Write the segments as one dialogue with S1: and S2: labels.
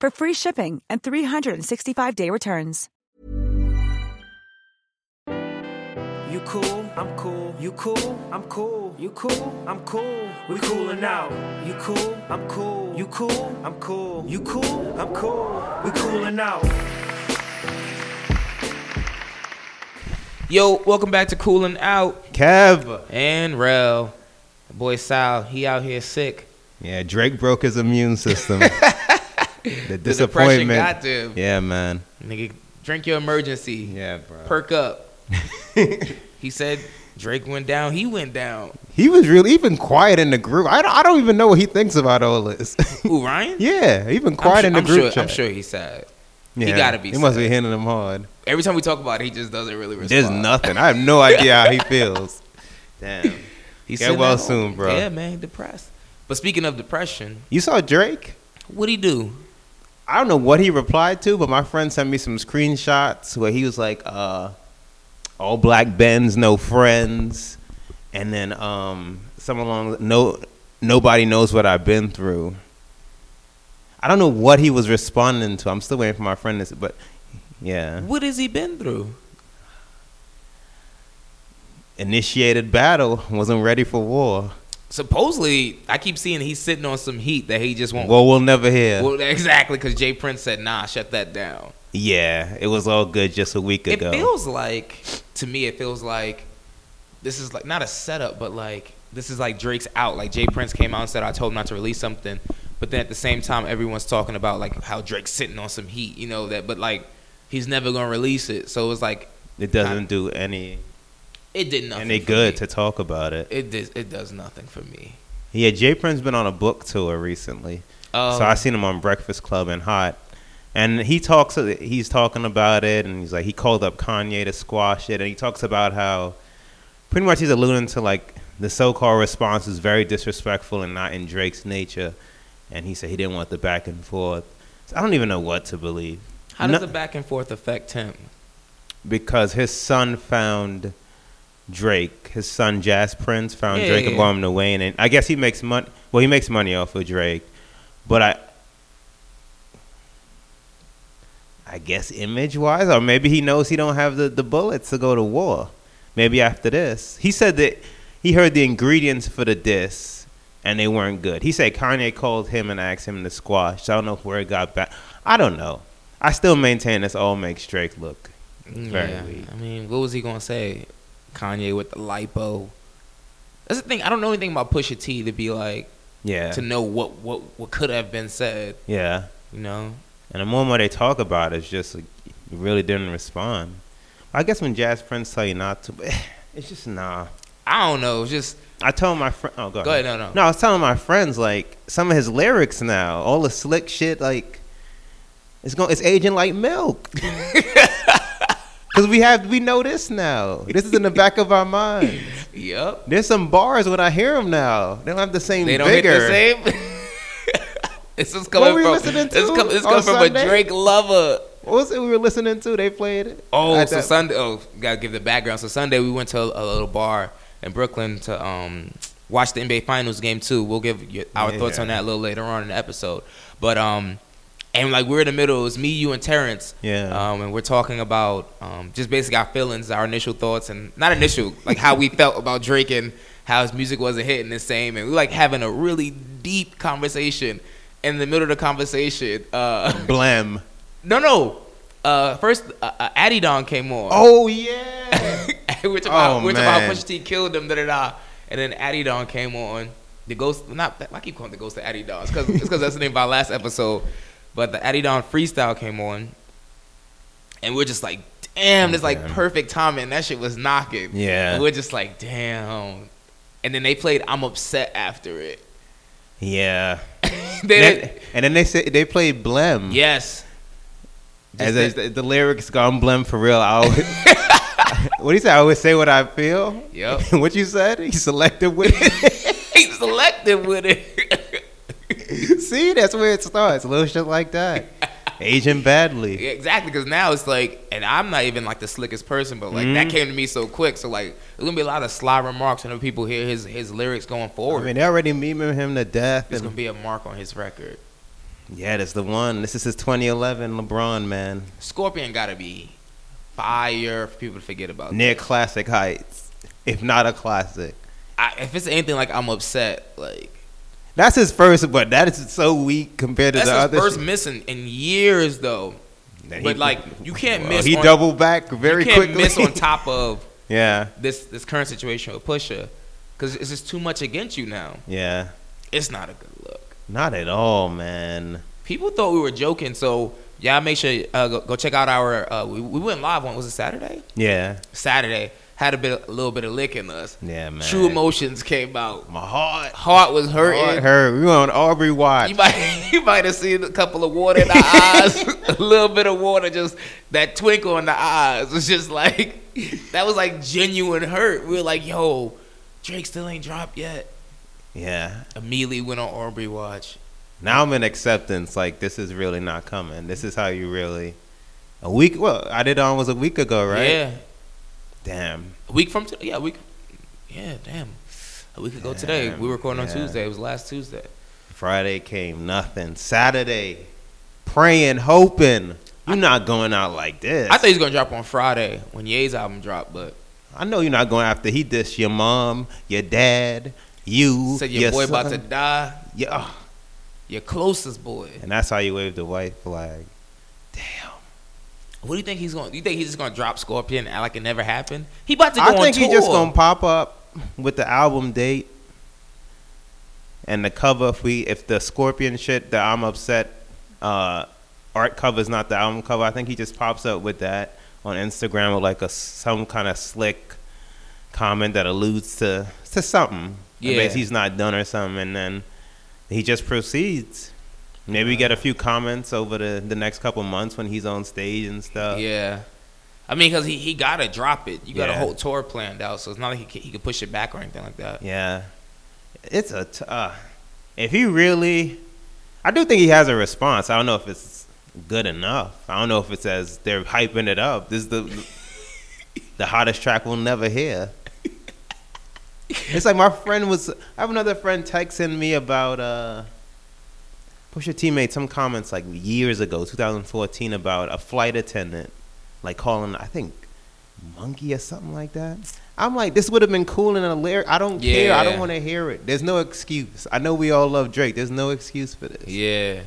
S1: for free shipping and 365-day returns.
S2: You cool, I'm cool. You cool, I'm cool. You cool, I'm cool. We coolin' out. You cool, I'm cool. You cool, I'm cool. You cool, I'm cool. We coolin' out.
S3: Yo, welcome back to Cooling Out
S4: Kev.
S3: and Rel. Boy Sal, he out here sick.
S4: Yeah, Drake broke his immune system. the disappointment.
S3: got to him.
S4: Yeah, man.
S3: Nigga, drink your emergency.
S4: Yeah, bro.
S3: Perk up. he said Drake went down. He went down.
S4: he was really even quiet in the group. I don't, I don't even know what he thinks about all this.
S3: Ooh, Ryan?
S4: yeah, even
S3: I'm
S4: quiet
S3: su-
S4: in the
S3: I'm
S4: group
S3: sure,
S4: chat.
S3: I'm sure he's sad.
S4: Yeah,
S3: He gotta be.
S4: He must
S3: sad.
S4: be hitting him hard.
S3: Every time we talk about it, he just doesn't really respond.
S4: There's nothing. I have no idea how he feels. Damn.
S3: He's
S4: Get
S3: sitting
S4: well
S3: at home.
S4: soon, bro.
S3: Yeah, man, depressed. But speaking of depression,
S4: You saw Drake?
S3: what'd he do?
S4: I don't know what he replied to, but my friend sent me some screenshots where he was like, uh, "All black Benz, no friends," and then um, some along no nobody knows what I've been through. I don't know what he was responding to. I'm still waiting for my friend to, s- but yeah,
S3: What has he been through?
S4: initiated battle, wasn't ready for war.
S3: Supposedly, I keep seeing he's sitting on some heat that he just won't.
S4: Well, we'll never hear.
S3: Well, exactly, because Jay Prince said, "Nah, shut that down."
S4: yeah, it was all good just a week
S3: It
S4: ago.
S3: feels like, to me, it feels like this is like not a setup, but like this is like Drake's out. Like Jay Prince came out and said, "I told him not to release something," but then at the same time, everyone's talking about like how Drake's sitting on some heat, you know that, but like he's never gonna release it. So it was like
S4: it doesn't do any
S3: it did nothing.
S4: any
S3: for
S4: good
S3: me.
S4: to talk about it.
S3: it does it does nothing for me.
S4: Yeah, Jay Prince been on a book tour recently,
S3: Oh.
S4: so I seen him on Breakfast Club and Hot, and he talks. He's talking about it, and he's like, he called up Kanye to squash it, and he talks about how pretty much he's alluding to like the so-called response is very disrespectful and not in Drake's nature, and he said he didn't want the back and forth. So I don't even know what to believe
S3: How does
S4: No-
S3: the back and forth affect him?
S4: because his son found Drake. His son Jazz Prince found
S3: Yeah,
S4: Drake
S3: yeah,
S4: and
S3: yeah.
S4: brought him to Wayne, and I guess he makes money. Well, he makes money off of Drake, but I, I guess image wise, or maybe he knows he don't have the, the bullets to go to war. Maybe after this, he said that he heard the ingredients for the diss, and they weren't good. He said Kanye called him and asked him to squash. So I don't know where it got back. I don't know. I still maintain this all makes Drake look very
S3: Mm, yeah.
S4: weak.
S3: I mean, what was he gonna say? Kanye with the lipo. That's the thing. I don't know anything about Pusha T to be like
S4: Yeah.
S3: to know what what what could have been said.
S4: Yeah.
S3: You know,
S4: And the more and more they talk about it, it's just like, you really didn't respond. I guess when Jazz Prince tell you not to, but it's just nah.
S3: I don't know. It's Just
S4: I told my friend. Oh, go,
S3: Go ahead, no, no.
S4: No, I was telling my friends like some of his lyrics now, all the slick shit. Like it's going, it's aging like milk. Cause we have, we know this now. This is in the back of our mind.
S3: yep.
S4: There's some bars when I hear them now. They don't have the same
S3: They don't
S4: vigor.
S3: hit the same. this is coming
S4: were we
S3: from.
S4: listening
S3: This,
S4: to
S3: com- this
S4: on
S3: coming from
S4: Sunday?
S3: a Drake lover.
S4: What was it we were listening to? They played it.
S3: Oh,
S4: At
S3: so
S4: that-
S3: Sunday. Oh, gotta give the background. So Sunday, we went to a, a little bar in Brooklyn to um watch the NBA Finals game too. We'll give you our
S4: Yeah.
S3: thoughts on that a little later on in the episode. But um, and like we're in the middle. It was me, you, and Terrence.
S4: Yeah.
S3: Um, and we're talking about um just basically our feelings, our initial thoughts, and not initial like how we felt about Drake and how his music wasn't hitting the same, and we like having a really deep conversation. In the middle of the conversation, uh,
S4: Blem.
S3: no, no. uh, first uh, uh, Adidon came on.
S4: Oh yeah.
S3: we're talking about,
S4: Oh,
S3: we're talking about
S4: man.
S3: Pusha T killed him, da da da. And then Addy Don came on. The ghost, not I keep calling it the ghost of Addy Don. It's because that's the name of our last episode. But the Addy Don freestyle came on, and we're just like, damn, this like
S4: Damn.
S3: perfect timing. And that shit was knocking.
S4: Yeah.
S3: And we're just like, damn. And then they played "I'm Upset" after it.
S4: yeah.
S3: They
S4: That-
S3: didn't-
S4: and then they said they played Blem.
S3: yes.
S4: As
S3: Just
S4: the, the lyrics gone blem for real. I always, what do you say? I always say what I feel.
S3: Yep.
S4: what you said? He selected with
S3: He selected with it.
S4: See, that's where it starts. Little shit like that. Aging badly.
S3: Yeah, exactly, because now it's like, and I'm not even like the slickest person, but like
S4: Mm.
S3: that came to me so quick. So like, there's gonna be a lot of sly remarks when people hear his his lyrics going
S4: I
S3: forward.
S4: mean, they already memeing him to death.
S3: There's gonna
S4: And,
S3: be a mark on his record.
S4: yeah, that's the one. This is his 2011 LeBron man.
S3: Scorpion gotta be fire for people to forget about.
S4: Near classic heights, if not a classic.
S3: I, if it's anything like I'm upset, like
S4: That's his first, but that is so weak compared to
S3: that's
S4: the
S3: his
S4: other.
S3: first
S4: shit.
S3: missing in years though.
S4: That
S3: but, like, you can't
S4: Well,
S3: miss
S4: He
S3: on-
S4: doubled back very
S3: you can't
S4: quickly.
S3: miss on top of
S4: yeah,
S3: this this current situation with Pusha, because it's just too much against you now.
S4: yeah.
S3: It's not a good look.
S4: Not at all, man.
S3: People thought we were joking, so y'all make sure uh, go, go check out our. Uh, we, we went live on was it Saturday?
S4: Yeah,
S3: Saturday had a bit, a little bit of lick in us.
S4: yeah, man.
S3: True emotions came out.
S4: My heart,
S3: Heart was hurting.
S4: heart hurt. We on Aubrey White.
S3: You might you might have seen a couple of water in our eyes, a little bit of water, just that twinkle in the eyes. It's just like that was like genuine hurt. We were like, yo, Drake still ain't dropped yet.
S4: yeah.
S3: Immediately went on Aubrey watch.
S4: Now I'm in acceptance. Like this is really not coming. This is how you really. A week. Well, I did on was a week ago, right?
S3: Yeah,
S4: Damn.
S3: A week from today. Yeah, a week. Yeah, damn. A week ago today. We were recording on
S4: yeah.
S3: Tuesday. It was last Tuesday.
S4: Friday came nothing. Saturday, praying, hoping. You're not going out like this.
S3: I thought he was gonna drop on Friday when Ye's album dropped, but
S4: I know you're not going after he dissed your mom, your dad, you,
S3: said your, boy
S4: son.
S3: about to die.
S4: Yeah, ugh.
S3: Your closest boy.
S4: and that's how you waved the white flag. Damn.
S3: What do you think he's gonna? You think he's just gonna drop Scorpion and act like it never happened? He about to go
S4: I
S3: on
S4: think
S3: tour.
S4: he's just gonna pop up with the album date and the cover. If we, if the Scorpion shit, the I'm upset uh, art cover is not the album cover. I think he just pops up with that on Instagram with like a some kind of slick comment that alludes to to something.
S3: Yeah.
S4: Yeah, he's not done or something, and then he just proceeds. Maybe we get a few comments over the, the next couple months when he's on stage and stuff.
S3: yeah, I mean, cause he, he gotta drop it. You got a
S4: Yeah.
S3: whole tour planned out, so it's not like he can, he can push it back or anything like that.
S4: Yeah, it's a. T- uh, if he really, I do think he has a response. I don't know if it's good enough. I don't know if it's as they're hyping it up. This is the the hottest track we'll never hear. It's like my friend was. I have another friend texting me about. uh Pusha T made some comments like years ago, 2014, about a flight attendant, like calling I think monkey or something like that. I'm like, this would have been cool in a lyric. I don't care. I
S3: Yeah.
S4: don't want to hear it. There's no excuse. I know we all love Drake. There's no excuse for this.
S3: Yeah.
S4: You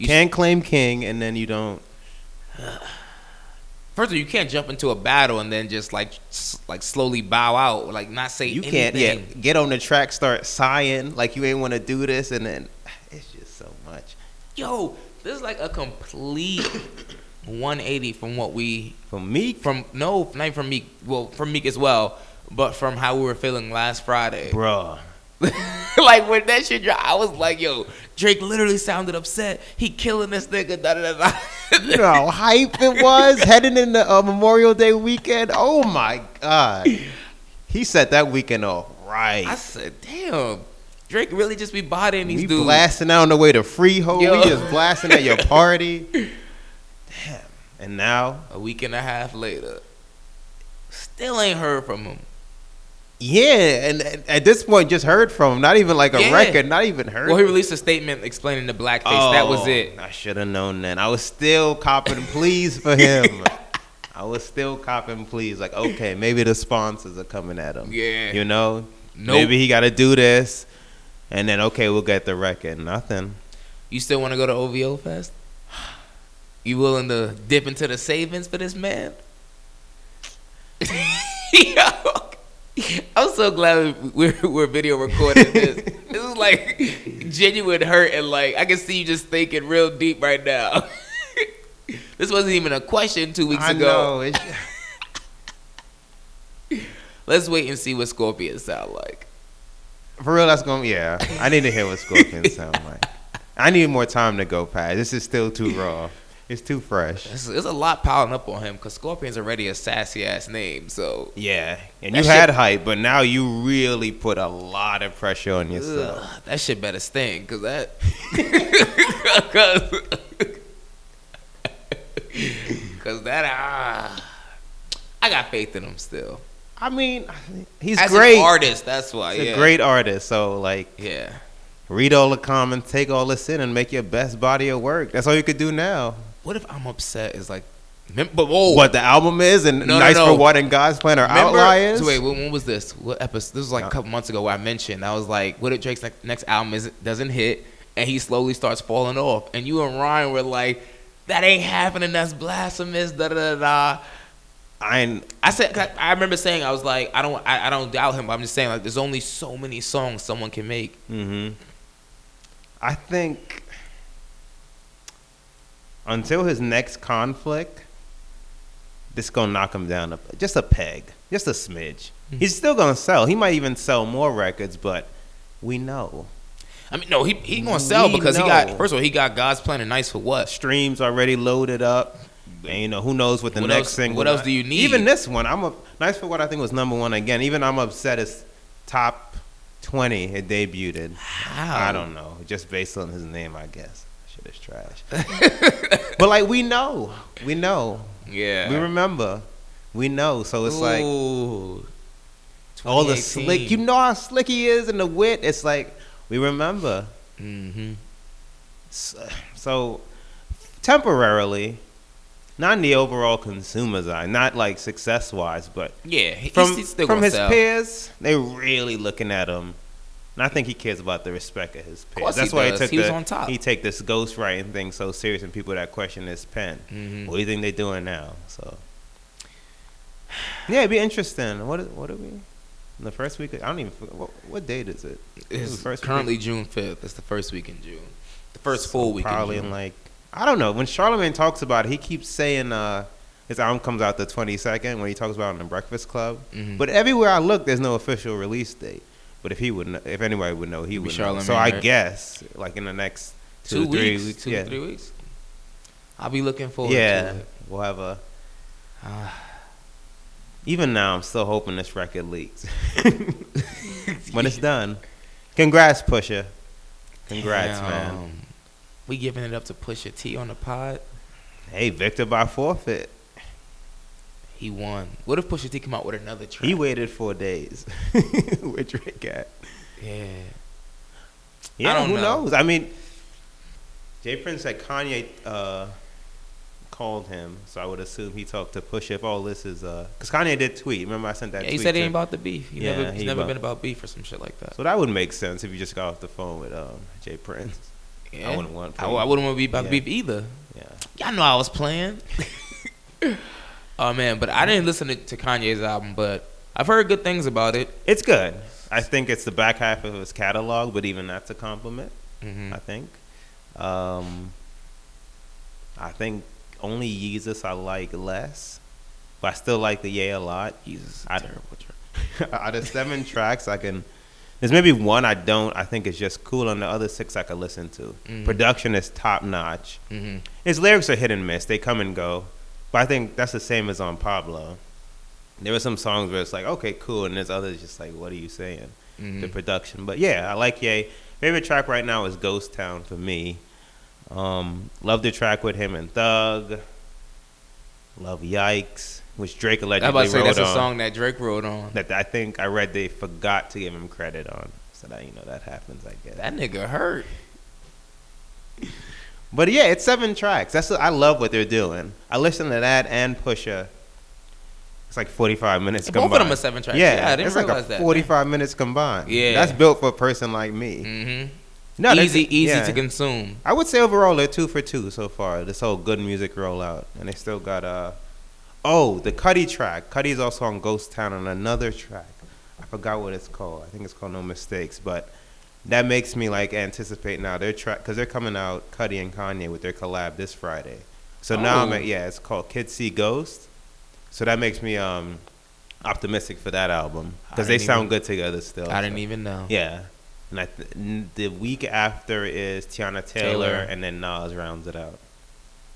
S3: You
S4: can't claim king and then you don't.
S3: First of all, you can't jump into a battle and then just like s- like slowly bow out, like not say
S4: You
S3: anything.
S4: can't. Yeah, get on the track, start sighing like you ain't want to do this, and then it's just so much
S3: yo, this is like a complete 180 from what we
S4: for me.
S3: from no, not even from Meek. Well, from Meek as well, but from how we were feeling last Friday.
S4: Bruh.
S3: like when that shit dropped, I was like, yo, Drake literally sounded upset. He killing this nigga. Da, da, da, da.
S4: You know how hype it was heading into uh, Memorial Day weekend. Oh my God. He set that weekend off right.
S3: I said, damn, Drake really just be bodying these
S4: we
S3: dudes.
S4: blasting out on the way to Freehold.
S3: Yo.
S4: We just blasting at your party. Damn. And now,
S3: A week and a half later, still ain't heard from him.
S4: yeah, and, and at this point, just heard from him. Not even like a
S3: Yeah.
S4: record. Not even heard.
S3: Well, he released a statement explaining the blackface. that was
S4: Oh,
S3: it.
S4: I should have known that. I was still copping pleas for him. I was still copping pleas. Like, okay, maybe the sponsors are coming at him.
S3: Yeah.
S4: You know?
S3: Nope.
S4: Maybe he got to do this. And then, okay, we'll get the record. Nothing.
S3: You still want to go to OVO Fest? You willing to dip into the savings for this man? Yo, I'm so glad we're, we're video recording this. this is like genuine hurt, and like I can see you just thinking real deep right now. this wasn't even a question two weeks
S4: I
S3: ago.
S4: know. It's,
S3: Let's wait and see what Scorpions sound like.
S4: for real, that's going to yeah. I need to hear what Scorpion sound like. I need more time to go past. This is still too raw. It's too fresh.
S3: There's, there's a lot piling up on him because Scorpion's already a sassy ass name. So
S4: Yeah, and
S3: That
S4: you
S3: shit-
S4: had hype, but now you really put a lot of pressure on yourself.
S3: Ugh, that shit better sting because that. Cause, Cause that ah, I got faith in him still.
S4: I mean, he's
S3: As
S4: great.
S3: an artist, that's why.
S4: He's
S3: yeah.
S4: a great artist. So like,
S3: Yeah.
S4: read all the comments, take all this in, and make your best body of work. That's all you could do now.
S3: What if I'm upset? Is like, mem- but whoa.
S4: What the album is and
S3: Oh. No, no,
S4: Nice
S3: no.
S4: for What and God's Plan are
S3: Remember-
S4: outliers.
S3: So wait, when, when was this? What episode? This was like a couple months ago where I mentioned I was like, what if Drake's ne- next album is, doesn't hit and he slowly starts falling off? And you and Ryan were like, that ain't happening. That's blasphemous. Da da da da.
S4: I
S3: I said 'cause I I remember saying I was like I don't I, I don't doubt him. But I'm just saying like there's only so many songs someone can make.
S4: mm-hmm. I think until his next conflict, this gonna knock him down a, just a peg, just a smidge.
S3: Hmm.
S4: He's still gonna sell. He might even sell more records, but we know
S3: I mean no he he gonna sell
S4: We
S3: because he
S4: know.
S3: got first of all he got God's plan and nice for what
S4: streams already loaded up. And, you know who knows what the
S3: What
S4: next
S3: else-
S4: single.
S3: what else do you need?
S4: Even this one, I'm a, nice for what I think was number one again. Even I'm upset. It's top twenty. It debuted.
S3: how
S4: I don't know. Just based on his name, I guess. Shit is trash. but like we know, we know,
S3: yeah
S4: we remember, we know. So it's like
S3: Ooh.
S4: all the slick. You know how slick he is and the wit. It's like we remember.
S3: hmm
S4: So, so temporarily, not in the overall consumer's eye, not like success wise, but
S3: yeah he,
S4: from
S3: he's, he's still
S4: from
S3: gonna
S4: his
S3: sell.
S4: peers, they really looking at him. And I think he cares about the respect of his peers.
S3: course he
S4: That's why
S3: does.
S4: he took
S3: He
S4: the,
S3: was on top.
S4: He take this ghostwriting thing so serious, and people that question his pen.
S3: Mm-hmm.
S4: What do you think they doing now? So yeah, it'd be interesting. What is- what are we? In the first week, of, I don't even. What, what date is it?
S3: It's
S4: The first week of-
S3: currently June 5th. It's the first week in June. The first
S4: so
S3: full week.
S4: Probably
S3: in June.
S4: in like I don't know. When Charlemagne talks about it, he keeps saying uh his album comes out the twenty second when he talks about it on the Breakfast Club.
S3: Mhm.
S4: But everywhere I look, there's no official release date. But if he would, know, if anybody would know, he
S3: Be
S4: would. Know. So
S3: Charlemagne,
S4: I
S3: right?
S4: guess like in the next
S3: two,
S4: two, to three
S3: weeks,
S4: weeks,
S3: two
S4: yeah,
S3: three weeks. I'll be looking forward
S4: yeah,
S3: to it.
S4: we'll have a.
S3: Ah.
S4: Even now, I'm still hoping this record leaks when it's done. Congrats, Pusha. Congrats, man.
S3: Damn. um, We giving it up to Pusha T on the pod.
S4: Hey, Victor by forfeit.
S3: He won. What if Pusha T come out with another track?
S4: He waited four days. Where Drake at?
S3: yeah.
S4: Yeah,
S3: don't
S4: who
S3: know.
S4: knows? I mean, Jay Prince said Kanye uh, called him, so I would assume he talked to Push if all this is because Kanye did tweet. Remember, I sent that.
S3: yeah he
S4: tweet
S3: said it
S4: to-
S3: ain't about the beef. He
S4: Yeah,
S3: never, he's
S4: he
S3: never
S4: about-
S3: been about beef or some shit like that.
S4: So that would make sense if you just got off the phone with um, Jay Prince.
S3: Yeah.
S4: wouldn't want
S3: I, I wouldn't want to be about
S4: Yeah.
S3: beef either.
S4: Yeah,
S3: Y'all know I was playing. oh man, but I didn't listen to, to Kanye's album, but I've heard good things about it.
S4: it's good. I think it's the back half of his catalog, but even that's a compliment.
S3: Mm-hmm.
S4: I think. Um, I think only Jesus I like less, but I still like the Yeah a lot.
S3: Jesus,
S4: I-
S3: terrible. track.
S4: out of seven tracks, I can. There's maybe one I don't. I think it's just cool, and the other six I could listen to.
S3: Mhm.
S4: Production is top notch.
S3: Mm-hmm.
S4: His lyrics are hit and miss; they come and go. But I think that's the same as on Pablo. There were some songs where it's like, okay, cool, and there's others just like, what are you saying?
S3: Mhm.
S4: The production, but yeah, I like Ye. Favorite track right now is Ghost Town for me. Um, love the track with him and Thug. Love Yikes, which Drake
S3: I
S4: allegedly
S3: about to say
S4: wrote
S3: that's a
S4: on
S3: song that Drake wrote on.
S4: that I think I read they forgot to give him credit on. So that you know that happens, I guess.
S3: That nigga hurt.
S4: But yeah, it's seven tracks. That's I love what they're doing. I listened to that and Pusha. It's like forty five minutes
S3: Both of
S4: combined.
S3: them are seven tracks. Yeah, I didn't
S4: it's like a
S3: realize that.
S4: forty five minutes combined.
S3: Yeah.
S4: that's built for a person like me.
S3: Mm-hmm.
S4: No, that's-
S3: easy, easy
S4: yeah.
S3: to consume.
S4: I would say overall they're two for two so far. This whole good music rollout, and they still got uh oh the Cuddy track. Cuddy's also on Ghost Town on another track. I forgot what it's called. I think it's called No Mistakes, but that makes me like anticipate now their track because they're coming out Cuddy and Kanye with their collab this Friday. So now I'm
S3: Oh.
S4: at, yeah, it's called Kids See Ghost. So that makes me um optimistic for that album because
S3: I
S4: they
S3: didn't
S4: sound good together still.
S3: I didn't
S4: Oh, so.
S3: even know.
S4: Yeah. And I th- n- the week after is Tiana Taylor,
S3: Taylor.
S4: and then Nas rounds it out.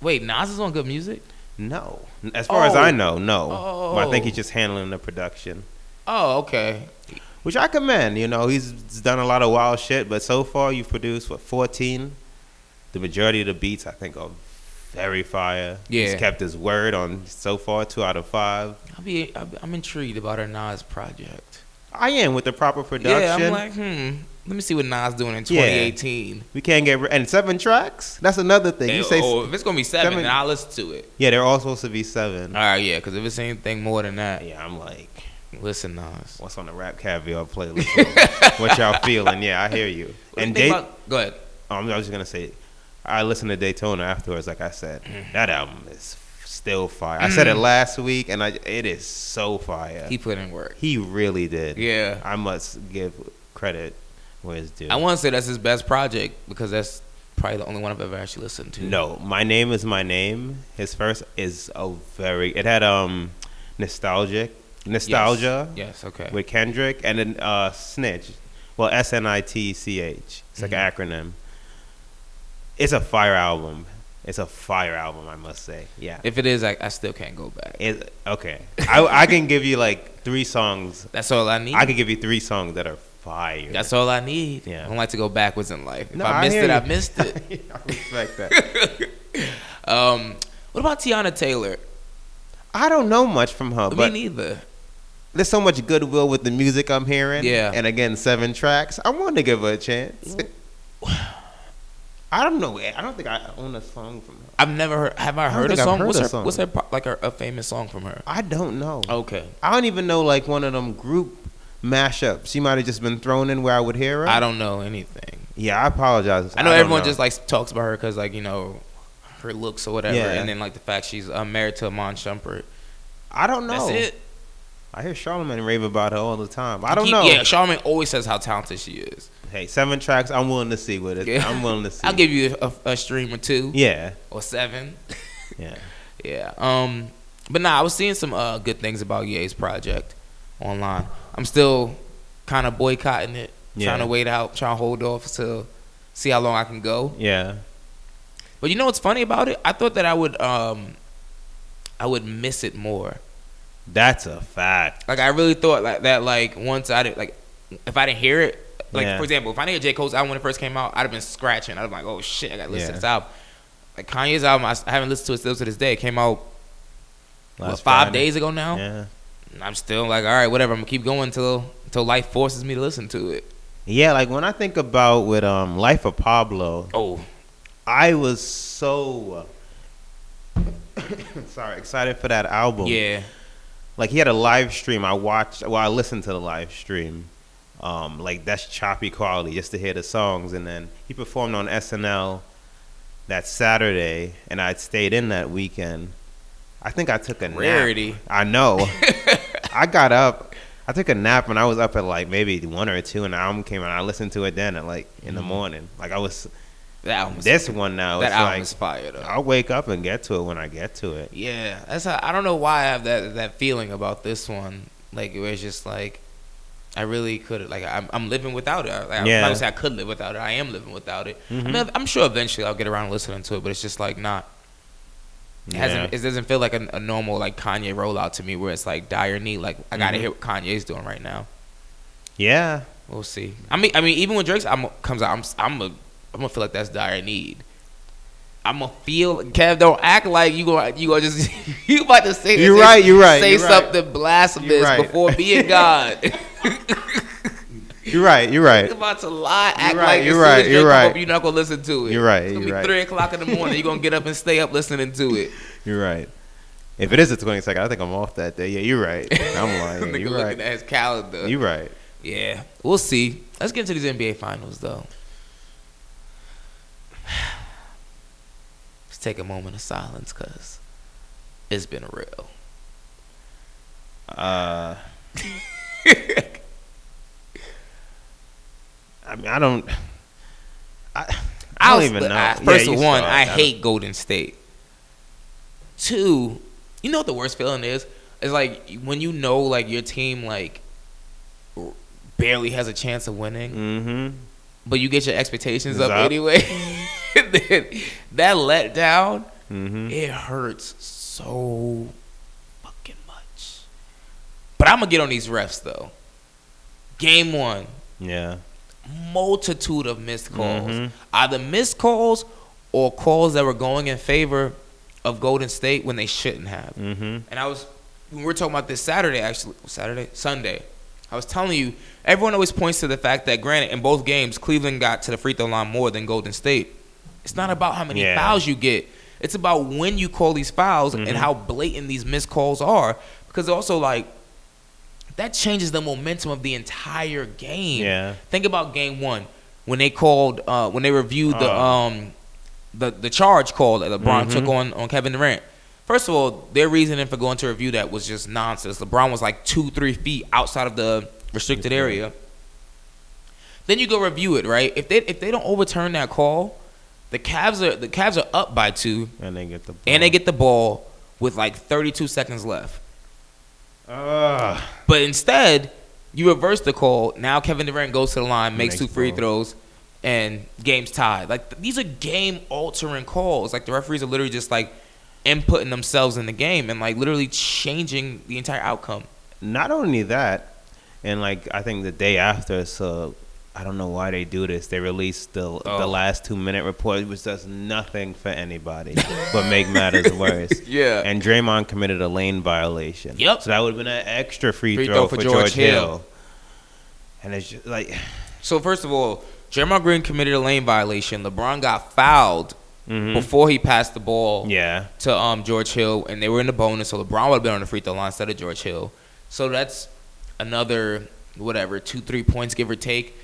S3: Wait, Nas is on Good Music.
S4: No. As far as I know, no. But I think
S3: Oh.
S4: he's just handling the production,
S3: Oh, okay.
S4: which I commend. You know, he's done a lot of wild shit, but so far you've produced, what, 14? The majority of the beats, I think, are very fire. He's
S3: Yeah.
S4: kept his word on so far, two out of five.
S3: I'll be. I'll be- I'm intrigued about her Nas project.
S4: I am with the proper
S3: Yeah,
S4: production.
S3: I'm like, hmm. Let me see what Nas doing in
S4: Yeah.
S3: 2018.
S4: we can't get. Re- and seven tracks? That's another thing. You
S3: And-
S4: say.
S3: or oh, if it's gonna be seven,
S4: seven-
S3: then I'll listen to it.
S4: yeah, they're all supposed to be seven.
S3: All right, yeah, because if it's anything more than that,
S4: Yeah, I'm like.
S3: listen, Nas.
S4: What's on the rap caviar playlist? what y'all feeling? Yeah, I hear you. And
S3: What do you
S4: Day-
S3: think about- go ahead.
S4: um, I was just gonna say, I listened to Daytona afterwards. Like I said,
S3: Mm.
S4: that album is still fire. I said it last week, and I it is so fire.
S3: He
S4: He,
S3: put in work.
S4: really did.
S3: Yeah.
S4: I must give credit where it's due.
S3: I want to say that's his best project because that's probably the only one I've ever actually listened to.
S4: no, my name is my name. His first is a very. It had um, nostalgic nostalgia.
S3: Yes. okay.
S4: with Kendrick and then uh, Snitch. Well, S N I T C H. It's like an
S3: Mm-hmm.
S4: acronym. It's a fire album. It's a fire album, I must say. Yeah.
S3: If it is, I, I still can't go back.
S4: It, okay. I, I can give you like three songs.
S3: That's all I need.
S4: I can give you three songs that are fire.
S3: that's all I need.
S4: Yeah.
S3: I don't like to go backwards in life. If
S4: No,
S3: I
S4: I
S3: missed
S4: hear
S3: it, I
S4: you.
S3: missed it.
S4: I respect that.
S3: Um, what about Tiana Taylor?
S4: I don't know much from her, but
S3: Me neither.
S4: there's so much goodwill with the music I'm hearing.
S3: Yeah.
S4: And again, seven tracks. I wanted to give her a chance. I don't know. eh, I don't think I own a song from her.
S3: I've never heard. Have I
S4: don't
S3: heard a
S4: think I've
S3: song?
S4: heard
S3: what's
S4: a
S3: her,
S4: song.
S3: What's her pro- like her, a famous song from her?
S4: I don't know.
S3: Okay.
S4: I don't even know like one of them group mashups. She might have just been thrown in where I would hear her.
S3: I don't know anything.
S4: yeah, I apologize.
S3: I know
S4: don't
S3: everyone just like talks about her because like you know her looks or whatever,
S4: Yeah.
S3: and then like the fact she's uh, married to Amon Shumpert.
S4: I don't know.
S3: That's it.
S4: I hear Charlamagne rave about her all the time. I don't
S3: Keep-
S4: know.
S3: Yeah, Charlamagne always says how talented she is.
S4: Hey, seven tracks. I'm willing to see with it.
S3: Yeah.
S4: I'm willing to see.
S3: I'll give you a, a stream or two
S4: Yeah,
S3: or seven.
S4: yeah.
S3: yeah. Um. But nah, I was seeing some uh, good things about Ye's project online. I'm still kind of boycotting it,
S4: Yeah.
S3: trying to wait out, trying to hold off to see how long I can go.
S4: Yeah.
S3: But you know what's funny about it? I thought that I would um, I would miss it more.
S4: That's a fact.
S3: Like I really thought like that. Like once I did, like if I didn't hear it, like
S4: Yeah.
S3: for example, if I didn't hear J Cole's album when it first came out, I'd have been scratching. I'd have been like, oh shit, I gotta listen to
S4: Yeah.
S3: this album. Like Kanye's album, I, s- I haven't listened to it still to this day. It came out what,
S4: Last
S3: five
S4: Friday.
S3: days ago now.
S4: Yeah.
S3: And I'm still like, all right, whatever. I'm gonna keep going until until life forces me to listen to it.
S4: Yeah, like when I think about with um Life of Pablo,
S3: Oh,
S4: I was so sorry excited for that album.
S3: yeah.
S4: like he had a live stream i watched well i listened to the live stream um like that's choppy quality just to hear the songs and then he performed on snl that saturday and i stayed in that weekend i think i took a
S3: Rarity.
S4: nap i know i got up i took a nap and i was up at like maybe one or two and the album came out i listened to it then at like in the morning like i was
S3: That album. was-
S4: this one now
S3: Mm-hmm. that
S4: it's
S3: album
S4: like
S3: is fire though.
S4: i'll wake up and get to it when i get to it
S3: Yeah, that's how, I don't know why I have that that feeling about this one. Like it was just like I really could like I'm I'm living without it. Like, I,
S4: Yeah. Mm-hmm.
S3: I would say I could live without it. I am living without it. I mean, I'm sure eventually I'll get around to listening to it, but it's just like not. It,
S4: Yeah.
S3: hasn't, it doesn't feel like a, a normal like Kanye rollout to me where it's like dire need. Like I
S4: Mm-hmm.
S3: gotta hear what Kanye's doing right now.
S4: yeah
S3: We'll see. I mean, I mean, even when Drake's I'm, comes out, I'm I'm a, I'm gonna feel like that's dire need. I'm gonna feel Kev. Don't act like you gonna you gonna just you about to say this
S4: You're
S3: and
S4: right, you're right,
S3: Say
S4: you're right.
S3: something blasphemous
S4: You're right.
S3: before being God.
S4: you're right you're right
S3: you're about to lie, act
S4: You're right,
S3: like as
S4: you're
S3: soon as
S4: right,
S3: Drake
S4: you're
S3: come
S4: right.
S3: Up, you're not gonna listen to it.
S4: You're right,
S3: It's gonna
S4: you're
S3: be
S4: right.
S3: three o'clock in the morning. You're gonna get up and stay up listening to it.
S4: You're right. If it is the twenty second, I think I'm off that day. Yeah, you're right. I'm lying.
S3: Nigga
S4: you're
S3: looking
S4: right.
S3: at his calendar.
S4: You're right.
S3: yeah, we'll see. Let's get into these NBA finals though. take a moment of silence because it's been real.
S4: Uh, I mean, I don't. I, I don't
S3: I'll-
S4: even know.
S3: I-
S4: Yeah,
S3: first
S4: you
S3: of one,
S4: start.
S3: I
S4: don't-
S3: hate Golden State. Two, you know what the worst feeling is? It's like when you know like your team like r- barely has a chance of winning,
S4: Mhm.
S3: but you get your expectations
S4: It's
S3: up,
S4: up.
S3: anyway. Then that letdown,
S4: Mhm.
S3: it hurts so fucking much. But I'm gonna get on these refs though. Game one,
S4: Yeah.
S3: multitude of missed calls.
S4: Mhm.
S3: Either missed calls or calls that were going in favor of Golden State when they shouldn't have.
S4: Mhm.
S3: And I was, when we were talking about this Saturday, actually, Saturday, Sunday, I was telling you, everyone always points to the fact that, granted, in both games, Cleveland got to the free throw line more than Golden State. It's not about how many
S4: Yeah.
S3: fouls you get. It's about when you call these fouls and how blatant these missed calls are. Because also, like, that changes the momentum of the entire game.
S4: Yeah.
S3: Think about game one when they called uh, when they reviewed the
S4: Oh.
S3: um the the charge call that LeBron
S4: Mhm.
S3: took on on Kevin Durant. First of all, their reasoning for going to review that was just nonsense. LeBron was like two three feet outside of the restricted area. Then you go review it, right? If they if they don't overturn that call, the Cavs are the Cavs are up by two,
S4: And they get the. Ball.
S3: and they get the ball with like 32 seconds left.
S4: Ugh.
S3: But instead, you reverse the call. Now Kevin Durant goes to the line, makes,
S4: Makes
S3: two
S4: the
S3: free
S4: call.
S3: throws, and game's tied. Like th- these are game altering calls. Like the referees are literally just like inputting themselves in the game and like literally changing the entire outcome.
S4: not only that, and like I think the day after, so I don't know why they do this. They released the the
S3: Oh.
S4: last two minute report, which does nothing for anybody but make matters worse.
S3: Yeah.
S4: and Draymond committed a lane violation.
S3: Yep.
S4: so that would have been an extra free,
S3: Free
S4: throw, for, George, Hill. And it's just like,
S3: So first of all, Draymond Green committed a lane violation. LeBron got fouled
S4: Mhm.
S3: before he passed the ball.
S4: yeah,
S3: to um, George Hill, and they were in the bonus, so LeBron would have been on the free throw line instead of George Hill. So that's another whatever two three points give or take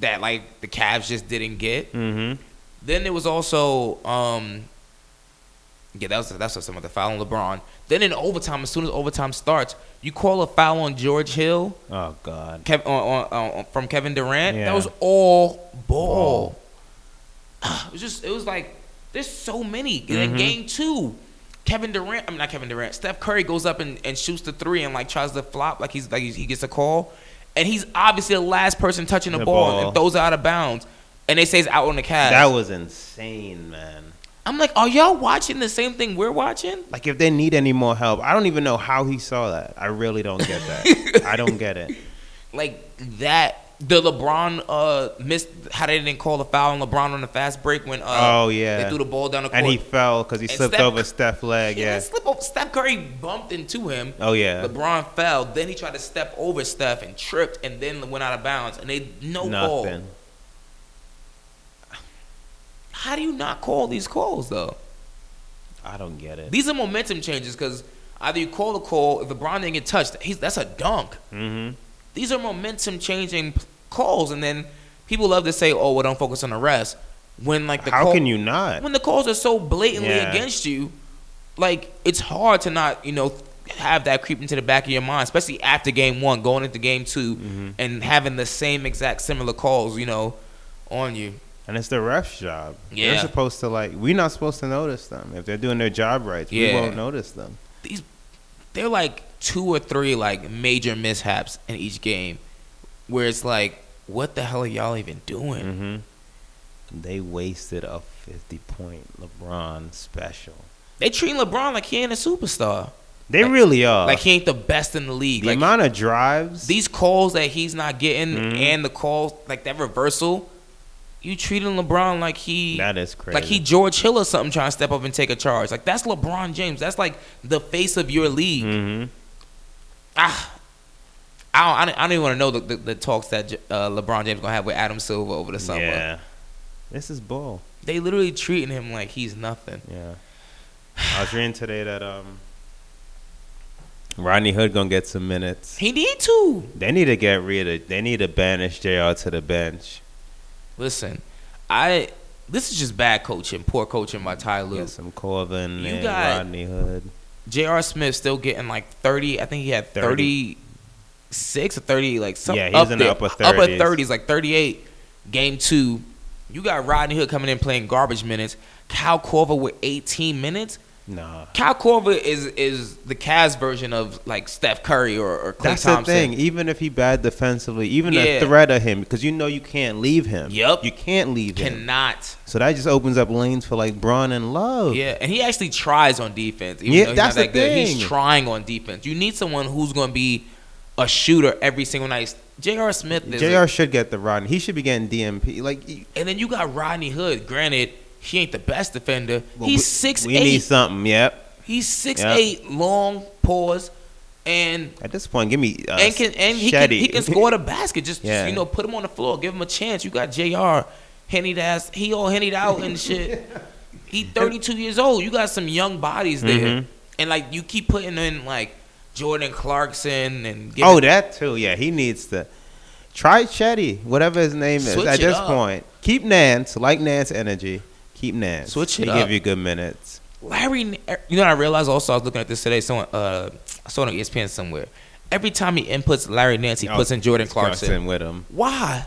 S3: that like the Cavs just didn't get.
S4: mm-hmm.
S3: Then it was also um, yeah that was that's what some of the foul on LeBron. Then in overtime, as soon as overtime starts, you call a foul on George Hill
S4: oh god.
S3: Kev, on, on, on, from Kevin Durant.
S4: Yeah.
S3: That was all ball. It was just it was like there's so many. And
S4: Mm-hmm.
S3: then game two, Kevin Durant. I mean not Kevin Durant. Steph Curry goes up and, and shoots the three and like tries to flop like he's like he's, he gets a call, and he's obviously the last person touching the,
S4: The
S3: ball,
S4: ball.
S3: and throws it out of bounds. And they say it's out on the Cavs.
S4: That was insane, man.
S3: I'm like, are y'all watching the same thing we're watching?
S4: Like if they need any more help, I don't even know how he saw that. I really don't get that. I don't get it.
S3: like that the LeBron uh missed how they didn't call the foul on LeBron on the fast break when uh
S4: Oh, yeah.
S3: they threw the ball down the court
S4: And he fell because he
S3: And
S4: slipped
S3: Steph-
S4: over Steph's leg.
S3: yeah,
S4: Yeah.
S3: slip over. Steph Curry bumped into him
S4: Oh yeah.
S3: LeBron fell then he tried to step over Steph and tripped and then went out of bounds and they no call
S4: Nothing.
S3: how do you not call these calls though
S4: I don't get it.
S3: these are momentum changes because either you call a call if LeBron didn't get touched he's that's a dunk
S4: Mm-hmm.
S3: these are momentum changing p- calls and then people love to say oh well don't focus on the rest when like the
S4: How
S3: call-
S4: can you not?
S3: when the calls are so blatantly
S4: Yeah.
S3: against you, like it's hard to not, you know, have that creep into the back of your mind, especially after game one, going into game 2
S4: Mm-hmm.
S3: and having the same exact similar calls, you know, on you.
S4: And it's the ref's job. They're
S3: Yeah.
S4: supposed to like. We're not supposed to notice them if they're doing their job right. We
S3: Yeah.
S4: won't notice them.
S3: These they're like two or three like major mishaps in each game where it's like, what the hell are y'all even doing?
S4: Mm-hmm. They wasted a fifty-point LeBron special.
S3: They treating LeBron like he ain't a superstar.
S4: They
S3: Like-
S4: really are.
S3: like he ain't the best in the league.
S4: Uh, the
S3: like
S4: amount of drives.
S3: these calls that he's not getting
S4: Mhm.
S3: and the calls like that reversal, you treating LeBron like he
S4: that is crazy.
S3: like he George Hill or something trying to step up and take a charge. Like that's LeBron James. That's like the face of your league.
S4: Mm-hmm.
S3: Ah, I don't, I don't, I don't even want to know the, the, the talks that J- uh, LeBron James gonna have with Adam Silver over the summer.
S4: Yeah. This is bull.
S3: They literally treating him like he's nothing.
S4: Yeah. I was reading today that um. Rodney Hood gonna get some minutes.
S3: He need to
S4: They need to get rid of. They need to banish Jr. to the bench.
S3: listen. I this is just bad coaching, poor coaching by Ty Lue.
S4: Got some Corvin
S3: You
S4: and
S3: got-
S4: Rodney Hood.
S3: J.R. Smith still getting like 30. I think he had
S4: 30.
S3: 36 or 30, like something.
S4: Yeah, he was
S3: up
S4: in the
S3: there.
S4: upper 30s.
S3: 30s, like 38. Game two, you got Rodney Hood coming in playing garbage minutes. Kyle Corver with 18 minutes.
S4: Nah.
S3: Kyle Corver is is the Cavs version of like Steph Curry or, or Klay
S4: That's
S3: Thompson.
S4: the thing. Even if he bad defensively, even
S3: Yeah.
S4: the threat of him, because you know you can't leave him.
S3: Yup.
S4: You can't leave him.
S3: Cannot.
S4: So that just opens up lanes for like Braun and Love.
S3: Yeah, and he actually tries on defense. Even
S4: Yeah,
S3: though he's
S4: that's
S3: not that
S4: the
S3: good. He's
S4: thing.
S3: trying on defense. You need someone who's going to be a shooter every single night. J.R. Smith is
S4: Jr. should get the Rodney. He should be getting DMP. Like he-
S3: And then you got Rodney Hood. Granted, he ain't the best defender.
S4: well,
S3: he's
S4: we-
S3: six
S4: We need
S3: eight.
S4: something. Yep.
S3: He's six
S4: Yeah.
S3: eight, long pause, and
S4: At this point, give me uh,
S3: and can and he can,
S4: Shetty.
S3: he can score the basket. Just, just,
S4: Yeah.
S3: you know, put him on the floor, give him a chance. You got Jr. Hennied ass. He all hennied out and shit. He thirty two years old. You got some young bodies there,
S4: Mhm.
S3: and like you keep putting in like Jordan Clarkson and
S4: oh, that too. Yeah, he needs to try Chetty, whatever his name is.
S3: Switch
S4: at
S3: it
S4: this
S3: up.
S4: point, keep Nance. Like Nance energy. Keep Nance.
S3: Switch it
S4: He
S3: up.
S4: give you good minutes.
S3: Larry, er, you know, what I realized also I was looking at this today. Someone, uh, I saw it on ESPN somewhere. Every time he inputs Larry Nance, he
S4: Oh,
S3: puts in Jordan Clarkson.
S4: with him.
S3: Why?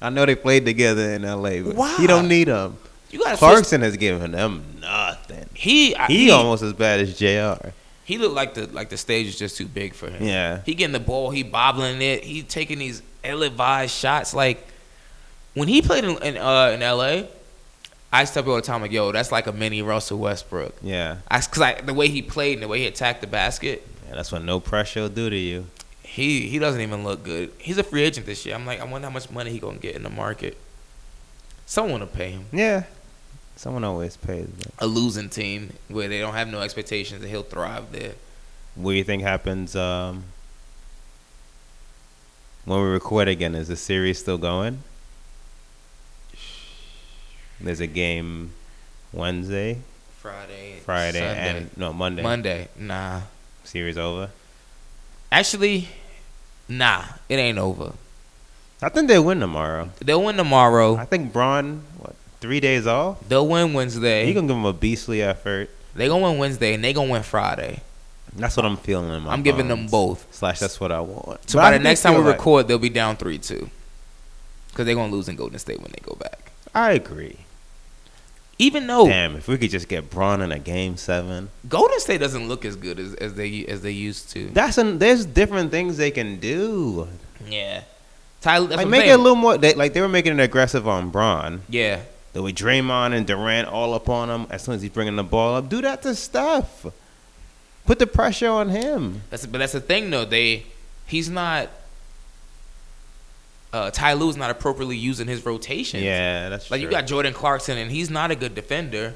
S4: I know they played together in L.A. But
S3: Why?
S4: He don't need him.
S3: You got
S4: Clarkson has given them nothing.
S3: He I-
S4: He
S3: he, he,
S4: almost as bad as Jr.
S3: looked like the like the stage is just too big for him.
S4: Yeah.
S3: he getting the ball, he bobbling it, he taking these ill-advised shots. Like when he played in in, uh, in L.A., I used to tell people all the time like, "Yo, that's like a mini Russell Westbrook."
S4: Yeah.
S3: I, cause I, the way he played and the way he attacked the basket,
S4: yeah, that's what no pressure will do to you.
S3: he he doesn't even look good. He's a free agent this year. I'm like, I wonder how much money he gonna get in the market. Someone will pay him.
S4: Yeah, someone always pays. But
S3: A losing team where they don't have no expectations and he'll thrive there.
S4: what do you think happens um, when we record again? Is the series still going? There's a game Wednesday,
S3: Friday,
S4: Friday,
S3: Sunday,
S4: and no Monday.
S3: Monday. Nah,
S4: Series over.
S3: actually, nah, it ain't over.
S4: I think they win tomorrow.
S3: They'll win tomorrow.
S4: I think Braun what three days off.
S3: They'll win Wednesday.
S4: You gonna give him a beastly effort.
S3: they gonna win Wednesday and they gonna win Friday.
S4: That's what I'm feeling. In my
S3: I'm giving them
S4: bones.
S3: both.
S4: Slash, that's what I want.
S3: So
S4: But I
S3: by
S4: do
S3: the next time we
S4: feel like-
S3: record, they'll be down three two. Cause they're gonna lose in Golden State when they go back.
S4: I agree.
S3: Even though
S4: Damn, if we could just get Braun in a game seven.
S3: Golden State doesn't look as good as, as they as they used to.
S4: That's an, there's different things they can do.
S3: yeah, Tyler, that's
S4: like
S3: what
S4: make
S3: I'm
S4: it a
S3: saying.
S4: little more. They, like they were making it aggressive on Braun.
S3: Yeah,
S4: They were Draymond and Durant all up on him as soon as he's bringing the ball up. Do that to Steph. Put the pressure on him.
S3: that's but that's the thing though. They he's not. Uh, Ty Lue's not appropriately using his rotations.
S4: Yeah, that's
S3: like you
S4: true.
S3: got Jordan Clarkson and he's not a good defender.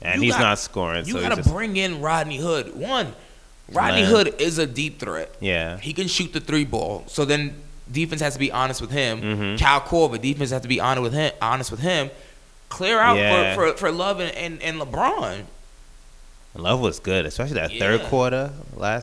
S4: and
S3: you
S4: he's
S3: got-
S4: not scoring.
S3: you
S4: so
S3: gotta
S4: he's just,
S3: bring in Rodney Hood. One, Rodney
S4: Man.
S3: Hood is a deep threat.
S4: yeah.
S3: He can shoot the three ball. So then defense has to be honest with him.
S4: Mhm.
S3: Kyle Corver, defense has to be honest with him. Honest with him. Clear out
S4: Yeah.
S3: for, for, for Love and, and, and LeBron.
S4: Love was good, especially that third
S3: Yeah.
S4: quarter last.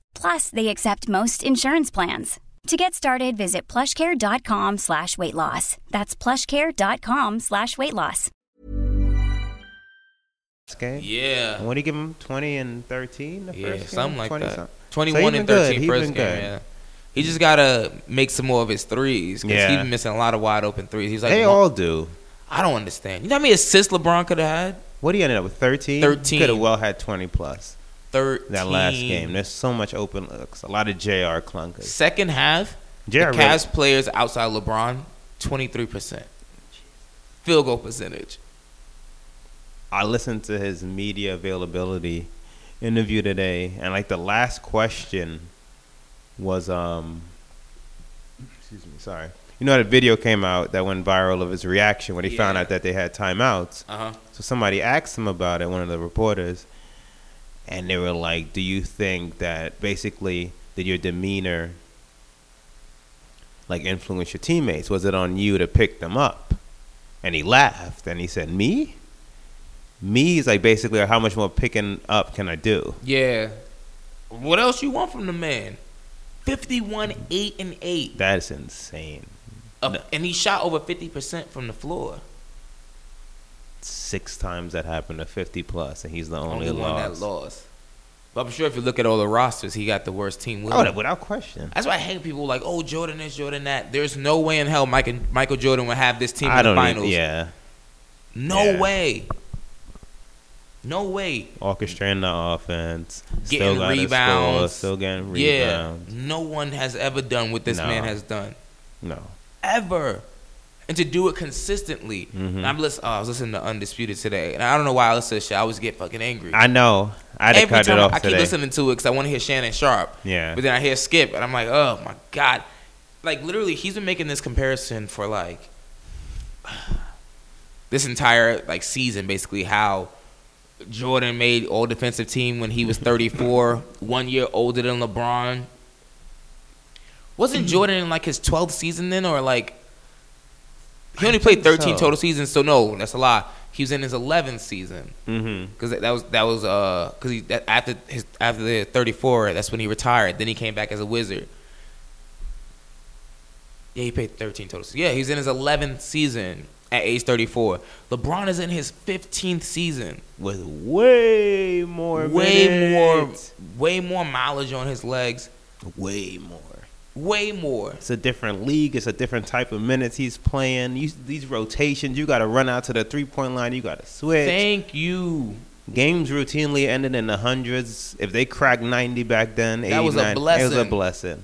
S5: Plus, they accept most insurance plans. To get started, visit plushcare.com slash weight loss. That's plushcare.com slash weight loss.
S4: This game.
S3: Yeah.
S4: And what do you give him? Twenty and thirteen. The
S3: Yeah,
S4: first
S3: something
S4: game?
S3: like
S4: 20
S3: that.
S4: something? So
S3: 21
S4: he
S3: and
S4: been good.
S3: 13
S4: He
S3: first
S4: been
S3: game,
S4: good.
S3: yeah. He just got to make some more of his threes because
S4: Yeah.
S3: he's missing a lot of wide open threes. He's like,
S4: they
S3: one-
S4: all do.
S3: I don't understand. You know how many assists LeBron could have had?
S4: What do you ended up with? Thirteen.
S3: 13.
S4: Could have well had twenty plus
S3: 13.
S4: that last game. There's so much open looks. A lot of Jr. clunkers.
S3: Second half,
S4: Jr.
S3: the Cavs players outside LeBron, 23%. Field goal percentage.
S4: I listened to his media availability interview today, and like the last question was, um, excuse me, sorry. You know, the video came out that went viral of his reaction when he found
S3: Yeah.
S4: out that they had timeouts.
S3: Uh huh.
S4: So somebody asked him about it, one of the reporters, and they were like, "Do you think that basically did your demeanor like influence your teammates? Was it on you to pick them up?" And he laughed and he said, "Me." Me is like basically how much more picking up can I do?
S3: Yeah. What else you want from the man? 51, 8, and 8.
S4: That's insane.
S3: Up- And he shot over 50% from the floor.
S4: Six times that happened to fifty plus, and he's the only,
S3: Only, one that
S4: loss.
S3: lost. But I'm sure if you look at all the rosters, he got the worst team with
S4: Oh, that-
S3: him.
S4: without question.
S3: That's why I hate people like, oh, Jordan this, Jordan that. There's no way in hell Mike and Michael Jordan would have this team in
S4: I
S3: the
S4: don't.
S3: finals.
S4: Even, yeah,
S3: No
S4: Yeah.
S3: way. No way.
S4: orchestrating the offense,
S3: Getting
S4: gotta score,
S3: rebounds.
S4: still getting
S3: Yeah.
S4: rebounds.
S3: No one has ever done what this
S4: No.
S3: man has done.
S4: No,
S3: Ever. And to do it consistently.
S4: Mm-hmm.
S3: And I'm listen, oh, I was listening to Undisputed today. And I don't know why I listen to shit. I always get fucking angry.
S4: I know. I had to
S3: Every
S4: cut
S3: time
S4: it off
S3: I
S4: today.
S3: keep listening to it because I want to hear Shannon Sharp.
S4: Yeah.
S3: But then I hear Skip, and I'm like, oh my god, like literally, he's been making this comparison for like this entire like season, basically how Jordan made All Defensive Team when he was 34, one year older than LeBron.
S4: Mm-hmm.
S3: Wasn't Jordan in like his 12th season then, or like he only played 13
S4: so.
S3: total seasons? So no, that's a lie. He was in his 11th season
S4: Mm-hmm.
S3: because that was that was uh because he that, after his after the 34 that's when he retired then he came back as a wizard yeah he played 13 total se- yeah he's in his 11th season at age 34 lebron is in his 15th season
S4: With way more,
S3: way
S4: minutes.
S3: more way more mileage on his legs
S4: way more.
S3: way more
S4: It's a different league. It's a different type of minutes he's playing. You, these rotations, you got to run out to the three point line. You got to switch.
S3: thank you
S4: Games routinely ended in the hundreds. If they cracked ninety back then,
S3: That was a
S4: 89, It was a
S3: blessing.
S4: blessing.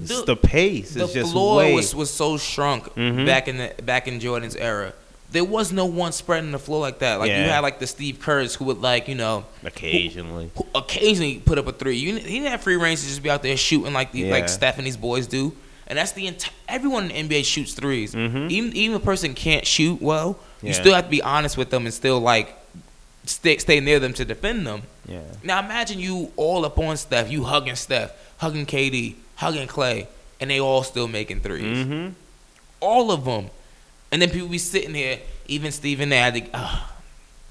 S4: It's
S3: The-
S4: The, pace
S3: the
S4: is just
S3: floor
S4: way.
S3: was was so shrunk
S4: Mhm.
S3: back in the back in Jordan's era. There was no one spreading the floor like that. Like you
S4: Yeah.
S3: had like the Steve Kerrs who would like you know
S4: occasionally.
S3: who occasionally put up a three. You he didn't have free range to just be out there shooting like the,
S4: Yeah.
S3: like Steph and these boys do. And that's the entire everyone in the NBA shoots 3s
S4: Mhm.
S3: Even even a person can't shoot well, you
S4: Yeah.
S3: still have to be honest with them and still like stay stay near them to defend them.
S4: Yeah.
S3: Now imagine you all up on Steph, you hugging Steph, hugging KD, hugging Clay, and they all still making 3s
S4: Mm-hmm.
S3: All of them. And then people be sitting here, even Steven they had to ah.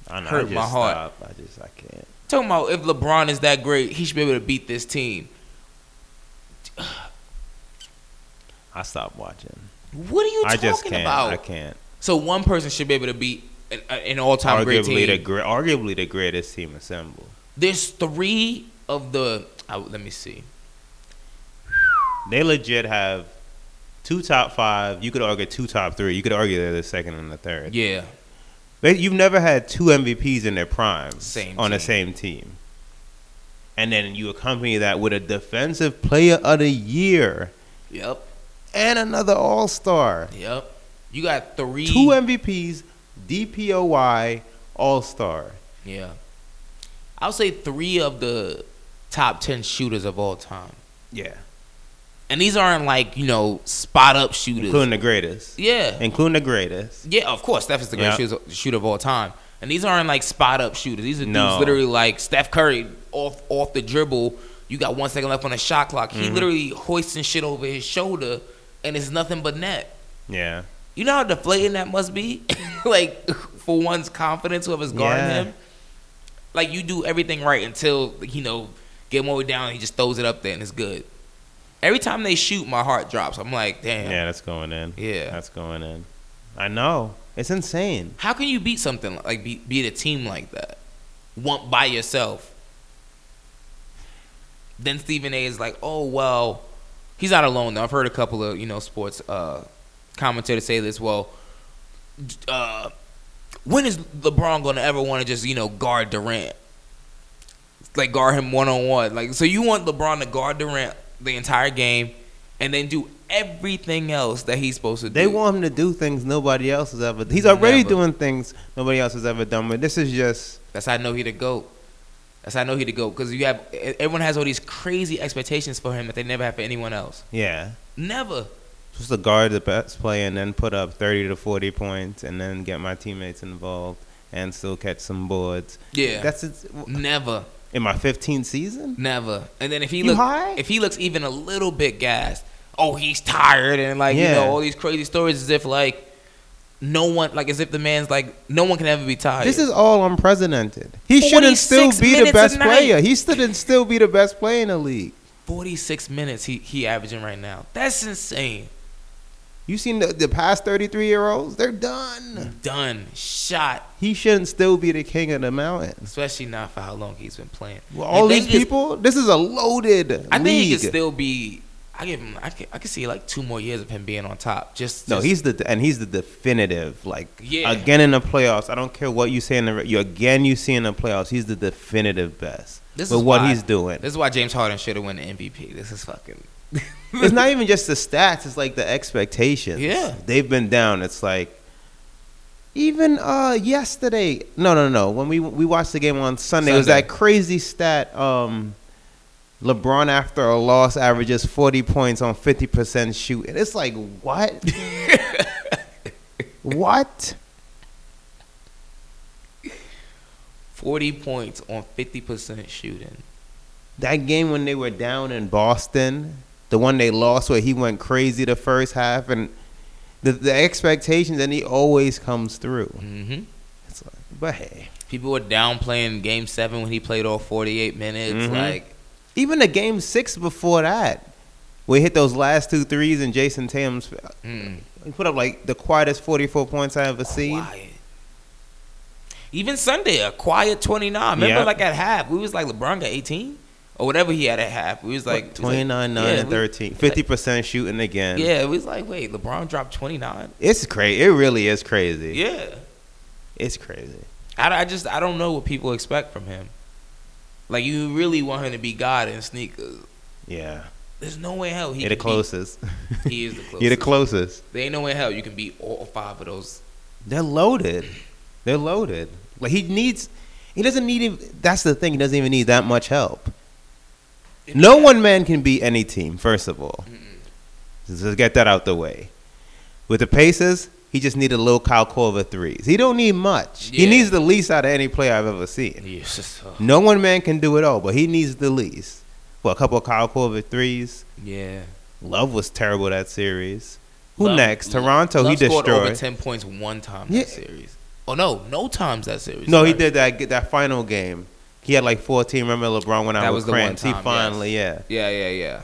S4: I know, I
S3: Hurt
S4: just
S3: my heart.
S4: stop. I just I can't.
S3: Talking about if LeBron is that great, he should be able to beat this team.
S4: I stopped watching.
S3: What are you
S4: I
S3: talking
S4: just can't.
S3: about?
S4: I can't.
S3: So one person should be able to beat an, an all-time great
S4: Arguably
S3: team.
S4: the gre- arguably the greatest team assembled.
S3: There's three of the. I, let me see.
S4: They legit have two top five. You could argue two top three. You could argue they're the second and the third.
S3: Yeah,
S4: They, you've never had two MVPs in their prime
S3: Same
S4: on the
S3: team.
S4: same team. And then you accompany that with a defensive player of the year
S3: yep,
S4: and another All Star.
S3: yep. You got three.
S4: Two MVPs, DPOY All Star.
S3: Yeah. I'll say three of the top 10 shooters of all time.
S4: Yeah.
S3: And these aren't like, you know, spot up shooters.
S4: Including the greatest.
S3: yeah.
S4: Including the greatest.
S3: yeah, of course. Steph is the greatest
S4: Yeah.
S3: shooter, shooter of all time. And these aren't like spot up shooters. These are
S4: No.
S3: dudes literally like Steph Curry off off the dribble. You got one second left on the shot clock. He
S4: Mm-hmm.
S3: literally hoisting shit over his shoulder, and it's nothing but net.
S4: Yeah.
S3: You know how deflating that must be? like for one's confidence, whoever's guarding
S4: Yeah.
S3: him. Like you do everything right until you know get more down. He just throws it up there and it's good. Every time they shoot, my heart drops. I'm like, damn.
S4: Yeah, that's going in.
S3: Yeah.
S4: That's going in. I know. It's insane.
S3: How can you beat something like- like beat, beat a team like that? One by yourself. Then Stephen A. is like, oh well, he's not alone though. I've heard a couple of you know sports uh, commentators say this. Well, d- uh, when is LeBron gonna ever want to just you know guard Durant? Like guard him one on one. Like so, you want LeBron to guard Durant the entire game, and then do everything else that he's supposed to
S4: They
S3: do.
S4: want him to do things nobody else has ever He's already
S3: Never.
S4: doing things nobody else has ever done, but this is just
S3: That's how I know he the goat. That's how I know he the goat because you have everyone has all these crazy expectations for him that they never have for anyone else.
S4: yeah.
S3: Never.
S4: Just to guard the best player and then put up thirty to forty points and then get my teammates involved and still catch some boards.
S3: Yeah.
S4: That's it's,
S3: Never.
S4: in my fifteenth season?
S3: Never. And then if he
S4: You
S3: look,
S4: high?
S3: if he looks even a little bit gassed, oh he's tired and like you
S4: Yeah.
S3: know all these crazy stories as if like no one like as if the man's like no one can ever be tired.
S4: This is all unprecedented. He shouldn't still
S3: 46
S4: be the
S3: minutes a
S4: best
S3: night.
S4: player. He shouldn't still be the best player in the league.
S3: forty six minutes he he averaging right now. That's insane.
S4: You seen the, the past thirty three year olds? They're done.
S3: Done. Shot.
S4: He shouldn't still be the king of the mountain.
S3: Especially not for how long he's been playing.
S4: Well,
S3: You
S4: all these
S3: think it's-
S4: people. This is a loaded
S3: I think he
S4: league.
S3: could still be. I give him. I can, I can see like two more years of him being on top. Just
S4: no,
S3: just-
S4: he's the and he's the definitive. Like
S3: Yeah.
S4: again in the playoffs. I don't care what you say in the you again you see in the playoffs. He's the definitive best.
S3: This
S4: with
S3: is
S4: what
S3: why-
S4: he's doing.
S3: This is why James Harden should have won the MVP. This is fucking.
S4: it's not even just the stats, it's like the expectations.
S3: Yeah.
S4: They've been down. It's like even uh yesterday. No, no, no. When we we watched the game on Sunday, it was
S3: Sunday.
S4: that crazy stat um LeBron after a loss averages 40 points on 50% shooting. It's like what? what?
S3: Forty points on fifty percent shooting.
S4: That game when they were down in Boston, the one they lost where he went crazy the first half and the, the expectations and he always comes through.
S3: hmm
S4: It's like, but hey,
S3: People were downplaying Game Seven when he played all forty-eight minutes.
S4: Mhm.
S3: Like
S4: even the game six before that, we hit those last two threes and Jason Tatum's
S3: mm,
S4: he put up like the quietest forty four points I ever seen.
S3: quiet. Even Sunday, a quiet twenty-nine. Remember,
S4: Yeah.
S3: like at half, we was like LeBron got eighteen or whatever he had at half. We was like
S4: Like
S3: we was like-
S4: 29, 9,
S3: yeah,
S4: and
S3: we-
S4: 13. 50% shooting again.
S3: Yeah, it was like wait, LeBron dropped twenty-nine.
S4: It's crazy. It really is crazy.
S3: Yeah.
S4: It's crazy.
S3: I, I just I don't know what people expect from him. Like you really want him to be God in sneakers.
S4: Yeah.
S3: There's no way in hell he
S4: You're
S3: can
S4: the
S3: beat-
S4: closest.
S3: He is the closest.
S4: You're the closest.
S3: there ain't no way in hell you can beat all five of those.
S4: They're loaded. They're loaded. Like he needs, he doesn't need. ev- That's the thing. He doesn't even need that much help. No one man can beat any team. First of all, just get that out the way. With the Pacers, he just needed a little Kyle Korver threes. He don't need much. He
S3: Yeah.
S4: needs the least out of any player I've ever seen.
S3: Yes. just, uh,
S4: No one man can do it all, but he needs the least. Well, a couple of Kyle Korver threes.
S3: yeah.
S4: Love was terrible that series. Who
S3: Love-
S4: next? Toronto.
S3: Love
S4: he
S3: scored over
S4: destroyed.
S3: ten points one time
S4: Yeah.
S3: that series. Oh no, no times that series.
S4: No, he
S3: Sorry.
S4: did that that final game. He had like 14. Remember LeBron went out
S3: That
S4: with
S3: was the one
S4: cramps. he
S3: time,
S4: finally,
S3: Yeah, yeah, yeah.
S4: yeah.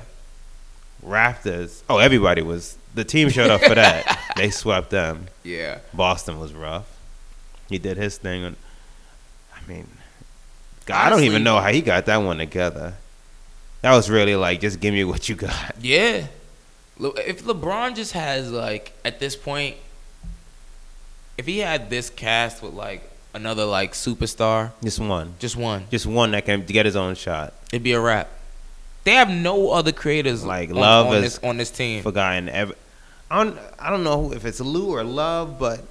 S4: Raptors. Oh, everybody was. The team showed up for that. they swept them.
S3: Yeah.
S4: Boston was rough. He did his thing. And, I mean, God, I don't
S3: Honestly-
S4: even know how he got that one together. That was really like, just give me what you got.
S3: Yeah. Le- If LeBron just has like at this point, if he had this cast with like another like superstar,
S4: Just one.
S3: just one,
S4: Just one that can get his own shot.
S3: it'd be a wrap. They have no other creators
S4: Like,
S3: on,
S4: Love
S3: on
S4: is-
S3: this on this team.
S4: for guy in every. I don't, I don't know if it's Lou or Love, but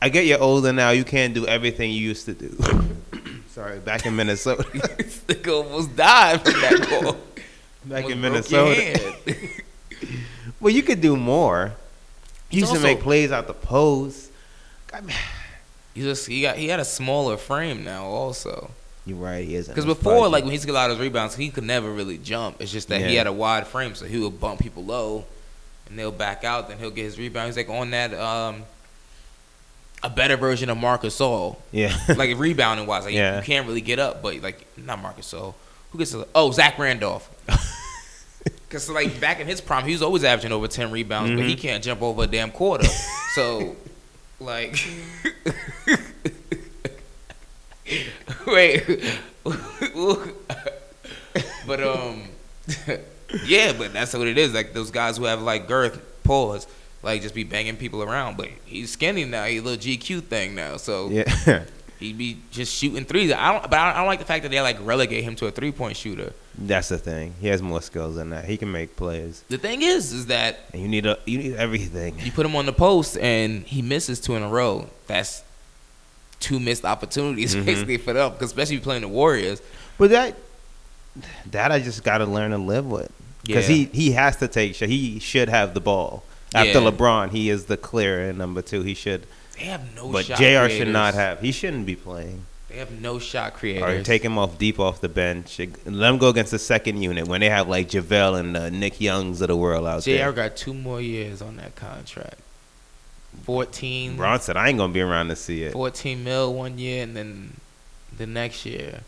S4: I get you're older now. You can't do everything you used to do. Sorry, back in Minnesota.
S3: Stick almost died from that ball.
S4: back in
S3: Almost broke your
S4: Minnesota.
S3: hand.
S4: well, you could do more. You
S3: It's
S4: used to make
S3: also-
S4: plays out the post. God, man.
S3: He just he got he had a smaller frame now also.
S4: You're right. He is
S3: Because before, like when he used to get a lot of those rebounds, he could never really jump. It's just that he
S4: Yeah.
S3: had a wide frame, so he would bump people low, and they'll back out. Then he'll get his rebound. He's like on that um, a better version of Marcus All,
S4: yeah,
S3: like rebounding wise. Like you- you,
S4: Yeah.
S3: can't really get up, but like not Marcus All. Who gets? A, oh, Zach Randolph. Because like back in his prime, he was always averaging over ten rebounds, but he can't jump over a damn quarter. so, like, wait, but um, yeah, but that's what it is. Like those guys who have like girth, pause, like just be banging people around. But he's skinny now. He's a little GQ thing now. So
S4: yeah.
S3: he'd be just shooting threes. I don't, but I don't, I don't like the fact that they like relegate him to a three point shooter.
S4: That's the thing. He has more skills than that. He can make plays,
S3: The thing is, is that
S4: and you need a you need everything.
S3: You put him on the post and he misses two in a row. That's two missed opportunities
S4: Mm-hmm.
S3: basically for them, 'cause especially if you're playing the Warriors.
S4: But that that I just got to learn to live with because
S3: Yeah.
S4: he he has to take. sh- He should have the ball after
S3: Yeah.
S4: LeBron. He is the clear and number two. He should,
S3: They have no
S4: but
S3: shot.
S4: Jr. should
S3: creators.
S4: not have. He shouldn't be playing.
S3: They have no shot
S4: Or
S3: creators.
S4: take him off deep off the bench. and Let him go against the second unit when they have like JaVale and uh, Nick Youngs of the world out
S3: Jr.
S4: there.
S3: got two more years on that contract. 14,
S4: Bronson, I ain't gonna be around to see it.
S3: 14 mil one year and then the next year.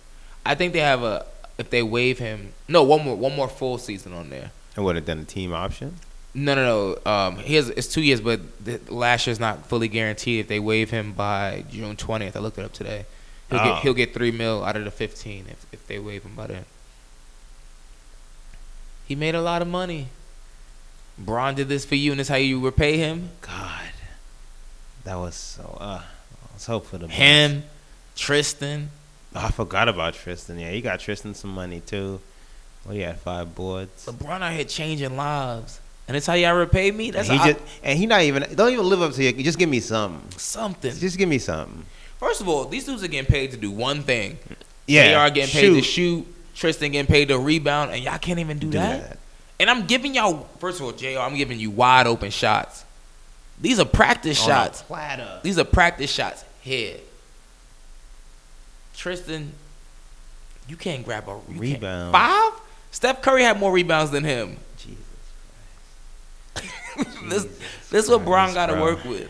S3: I think they have a if they waive him. No, one more one more full season on there.
S4: I would have done a team option.
S3: No, no, no. Um, he has, it's two years, but the, last year's not fully guaranteed. If they waive him by June twentieth, I looked it up today. He'll
S4: Oh.
S3: get he'll get three mil out of the fifteen if if they waive him by then. He made a lot of money. Braun did this for you, and that's how you repay him.
S4: God, that was so. Uh, I was hoping for the best.
S3: Him, Tristan.
S4: Oh, I forgot about Tristan. Yeah, he got Tristan some money too. Well, he had five boards.
S3: LeBron out here changing lives, and that's how y'all repay me.
S4: And
S3: That's
S4: he
S3: I-
S4: just and he not even don't even live up to you. Just give me something.
S3: something.
S4: Just give me something.
S3: First of all, these dudes are getting paid to do one thing.
S4: Yeah,
S3: JR getting paid to
S4: shoot.
S3: shoot. Tristan getting paid to rebound, and y'all can't even do,
S4: Do
S3: that?
S4: that.
S3: And I'm giving y'all, first of all, JR, I'm giving you wide open shots. These are practice
S4: On a
S3: shots.
S4: platter.
S3: These are practice shots. Here, Tristan, you can't grab a you can't-
S4: Rebound.
S3: Five? Steph Curry had more rebounds than him.
S4: Jesus.
S3: this this what Bron
S4: Christ,
S3: got to
S4: bro.
S3: work with.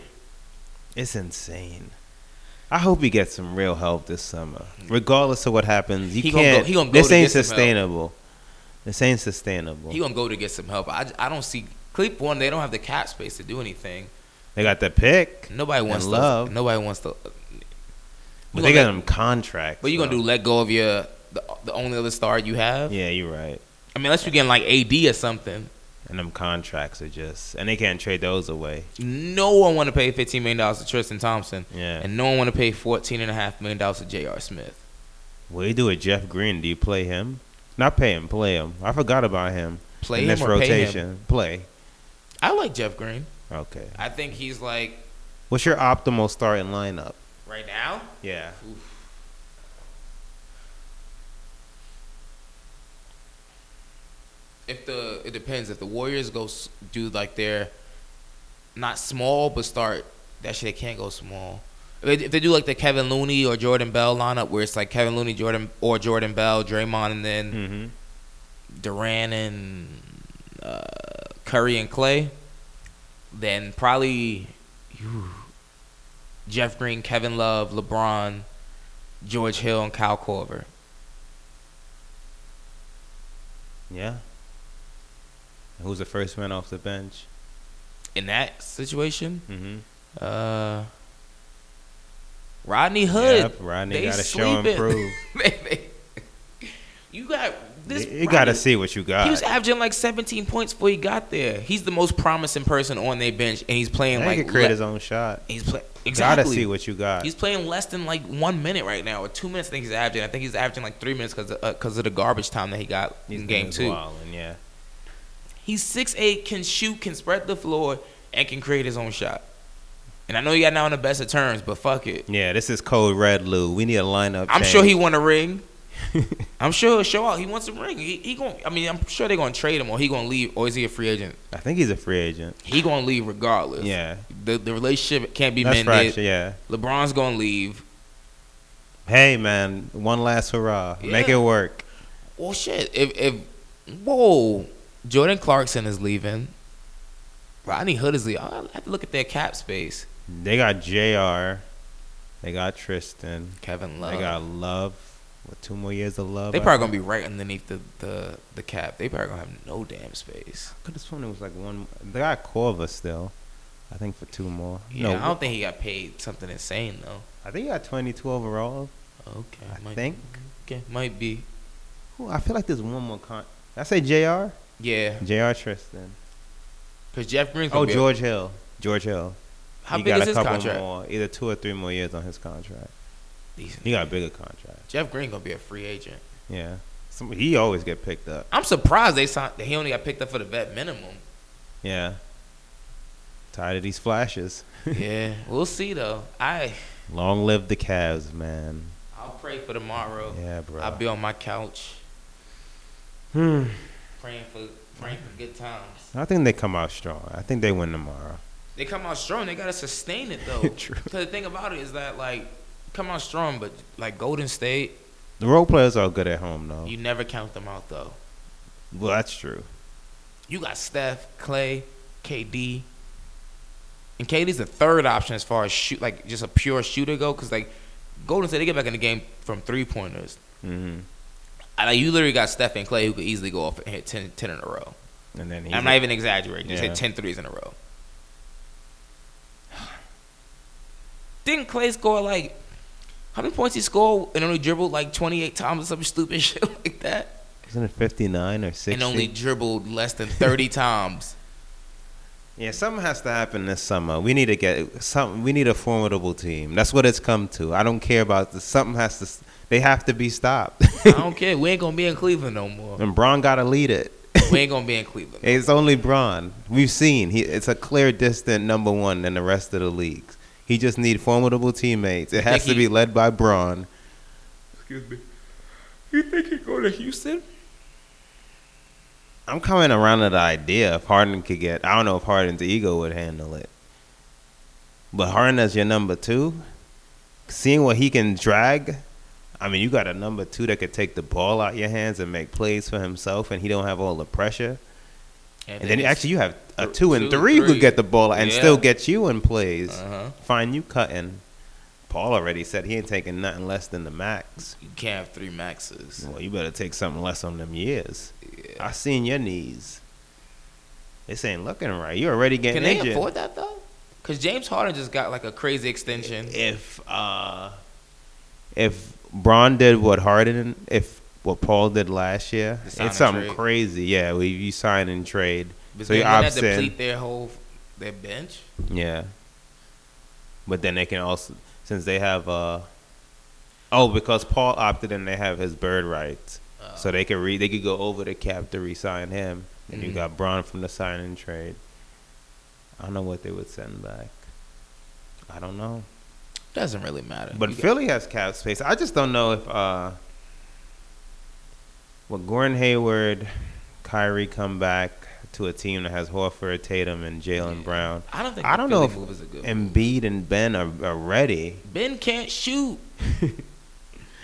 S4: It's insane. I hope he gets some real help this summer. Regardless of what happens, you
S3: He gonna
S4: can't.
S3: go- he gonna go
S4: this
S3: to
S4: ain't
S3: get some help.
S4: sustainable. This ain't sustainable.
S3: He gonna go to get some help. I, I don't see clip one. They don't have the cap space to do anything.
S4: they got the pick,
S3: Nobody
S4: And
S3: wants
S4: love.
S3: To, nobody wants to.
S4: but
S3: You gonna
S4: they got
S3: let-
S4: them contracts.
S3: But you gonna
S4: though.
S3: do let go of your the, the only other star you have?
S4: Yeah, you're right.
S3: I mean, unless you're getting like AD or something.
S4: And them contracts are just, and they can't trade those away.
S3: No one want to pay fifteen million dollars to Tristan Thompson.
S4: Yeah.
S3: And no one want to pay fourteen and a half million dollars to J.R. Smith.
S4: What do you do with Jeff Green? Do you play him? Not pay him, play him. I forgot about him.
S3: Play
S4: in
S3: him
S4: this
S3: or pay him?
S4: rotation. Play.
S3: I like Jeff Green.
S4: Okay.
S3: I think he's like
S4: What's your optimal starting lineup?
S3: right now.
S4: Yeah.
S3: If the it depends if the Warriors go s- do like their not small but start that shit. They can't go small. If they, if they do like the Kevin Looney or Jordan Bell lineup, where it's like Kevin Looney, Jordan or Jordan Bell, Draymond, and then
S4: Mm-hmm.
S3: Durant and uh, Curry and Clay, then probably whew, Jeff Green, Kevin Love, LeBron, George Hill, and Kyle Corver.
S4: Yeah. And Who's the first man off the bench?
S3: In that situation,
S4: Mm-hmm.
S3: uh, Rodney Hood.
S4: Yep, Rodney
S3: they
S4: gotta show and
S3: sleeping.
S4: prove.
S3: They- they- you got this.
S4: you got to
S3: Rodney-
S4: see what you got.
S3: He was averaging like 17 points before he got there. He's the most promising person on their bench, and he's playing
S4: Now
S3: like
S4: he can create
S3: le-
S4: his own shot.
S3: He's playing
S4: Got
S3: exactly.
S4: to see what you got.
S3: He's playing less than like one minute right now, or two minutes. I think he's averaging. I think he's averaging like three minutes because because of the garbage time that he got
S4: He's
S3: in game
S4: been
S3: two.
S4: wildin', yeah.
S3: He's six eight, can shoot, can spread the floor, and can create his own shot. And I know y'all not on the best of terms, but fuck it.
S4: Yeah, this is Code Red Lou. We need a lineup.
S3: I'm
S4: change.
S3: sure he want a ring. I'm sure he'll show out. He wants a ring. He, he going I mean, I'm sure they're gonna trade him or he gonna leave or is he a free agent?
S4: I think he's a free agent.
S3: He gonna leave regardless.
S4: Yeah.
S3: The the relationship can't be
S4: That's
S3: mended.
S4: right. Yeah.
S3: LeBron's gonna leave.
S4: Hey man, one last hurrah. Make
S3: Yeah.
S4: it work.
S3: Well, Oh, shit. If if whoa, Jordan Clarkson is leaving. Rodney Hood is leaving. I have to look at their cap space.
S4: They got Jr. They got Tristan.
S3: Kevin Love.
S4: They got Love. What two more years of Love?
S3: They probably gonna be right underneath the, the, the cap. They probably gonna have no damn space.
S4: Could have sworn it was like one. They got Corva still. I think for two more.
S3: Yeah, I
S4: no,
S3: don't think he got paid something insane though.
S4: I think he got twenty two overall.
S3: Okay,
S4: I think.
S3: Okay, might be.
S4: Ooh, I feel like there's one more con. Did I say Jr.
S3: Yeah,
S4: Jr. Tristan.
S3: because Jeff Green's. gonna
S4: Oh,
S3: be a-
S4: George Hill. George Hill.
S3: How
S4: he
S3: big
S4: got
S3: is
S4: a
S3: his
S4: couple
S3: contract?
S4: more, either two or three more years on his contract.
S3: Decent.
S4: He got a bigger contract.
S3: Jeff Green gonna be a free agent.
S4: Yeah, Some, he always get picked up.
S3: I'm surprised they signed. He only got picked up for the vet minimum.
S4: Yeah, tired of these flashes.
S3: yeah, we'll see though. I
S4: Long live the Cavs, man.
S3: I'll pray for tomorrow.
S4: Yeah, bro.
S3: I'll be on my couch. Praying for praying for good times.
S4: I think they come out strong. I think they win tomorrow.
S3: They come out strong. They gotta sustain it though.
S4: True.
S3: Cause the thing about it is that like come out strong, but like Golden State,
S4: The role players are good at home, though.
S3: you never count them out though.
S4: well, that's true.
S3: You got Steph, Clay, KD, and KD's the third option as far as shoot like just a pure shooter go. Cause like Golden State, they get back in the game from three pointers.
S4: hmm
S3: I, like you literally got Steph and Clay who could easily go off and hit 10, 10 in a row.
S4: And then he's
S3: I'm not even exaggerating. Just
S4: Yeah.
S3: hit 10 threes in a row. Didn't Clay score like how many points he scored and only dribbled like 28 times or some stupid shit like that?
S4: isn't it 59 or 60?
S3: And only dribbled less than 30 times.
S4: yeah, something has to happen this summer. We need to get something. We need a formidable team. That's what it's come to. I don't care about this. Something has to. s- They have to be stopped.
S3: I don't care. We ain't gonna be in Cleveland no more.
S4: and Braun got to lead it.
S3: We ain't gonna be in Cleveland.
S4: It's only Braun. We've seen he. It's a clear distant number one than the rest of the leagues. He just need formidable teammates. It has to
S3: Nicky.
S4: be led by Braun.
S3: Excuse me. You think he go to Houston?
S4: I'm coming around to the idea if Harden could get. I don't know if Harden's ego would handle it, but Harden as your number two, seeing what he can drag. I mean, you got a number two that could take the ball out your hands and make plays for himself, and he don't have all the pressure. And then actually, you have a
S3: Th-
S4: two and
S3: two,
S4: three who
S3: three.
S4: could get the ball out and
S3: Yeah.
S4: still get you in plays.
S3: Uh-huh.
S4: Find you cutting. Paul already said he ain't taking nothing less than the max.
S3: you can't have three maxes.
S4: Well, you better take something less on them years. I seen your knees. This ain't looking right. You're already getting
S3: Can they
S4: injured.
S3: afford that though? Because James Harden just got like a crazy extension.
S4: if uh, if Braun did what Harden, if what Paul did last year,
S3: The sign and
S4: it's something
S3: trade.
S4: crazy. Yeah, we you sign and trade.
S3: But
S4: so
S3: then
S4: you're
S3: wouldn't that
S4: obstinate.
S3: deplete their whole their bench.
S4: Yeah. But then they can also since they have uh oh because Paul opted in they have his bird rights. so they could re they could go over the cap to re-sign him. And you
S3: Mhm.
S4: got Braun from the sign and trade. I don't know what they would send back. I don't know.
S3: Doesn't really matter.
S4: But
S3: You got-
S4: Philly has cap space. I just don't know if uh will Gordon Hayward, Kyrie come back to a team that has Horford, Tatum, and Jalen Brown.
S3: I don't think
S4: I
S3: the
S4: don't know
S3: Philly
S4: if
S3: move is a good move.
S4: Embiid and Ben are, are ready.
S3: Ben can't shoot.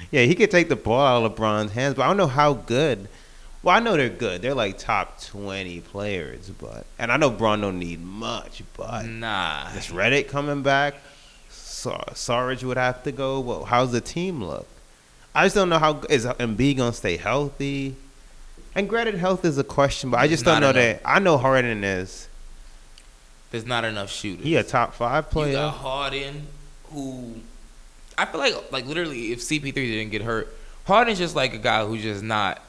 S4: Yeah, he could take the ball out of LeBron's hands, but I don't know how good. Well, I know they're good. They're like top twenty players, but and I know Bron don't need much, but
S3: Nah.
S4: this Reddit coming back, Sar- Sarge would have to go. Well, how's the team look? I just don't know how is Embiid gonna stay healthy. And granted, health is a question, but I just don't know
S3: Not
S4: that. I know Harden is
S3: There's not enough shooters.
S4: he a top
S3: You
S4: five
S3: got
S4: player.
S3: Harden, who I feel like like literally if CP3 didn't get hurt, Harden's just like a guy who's just not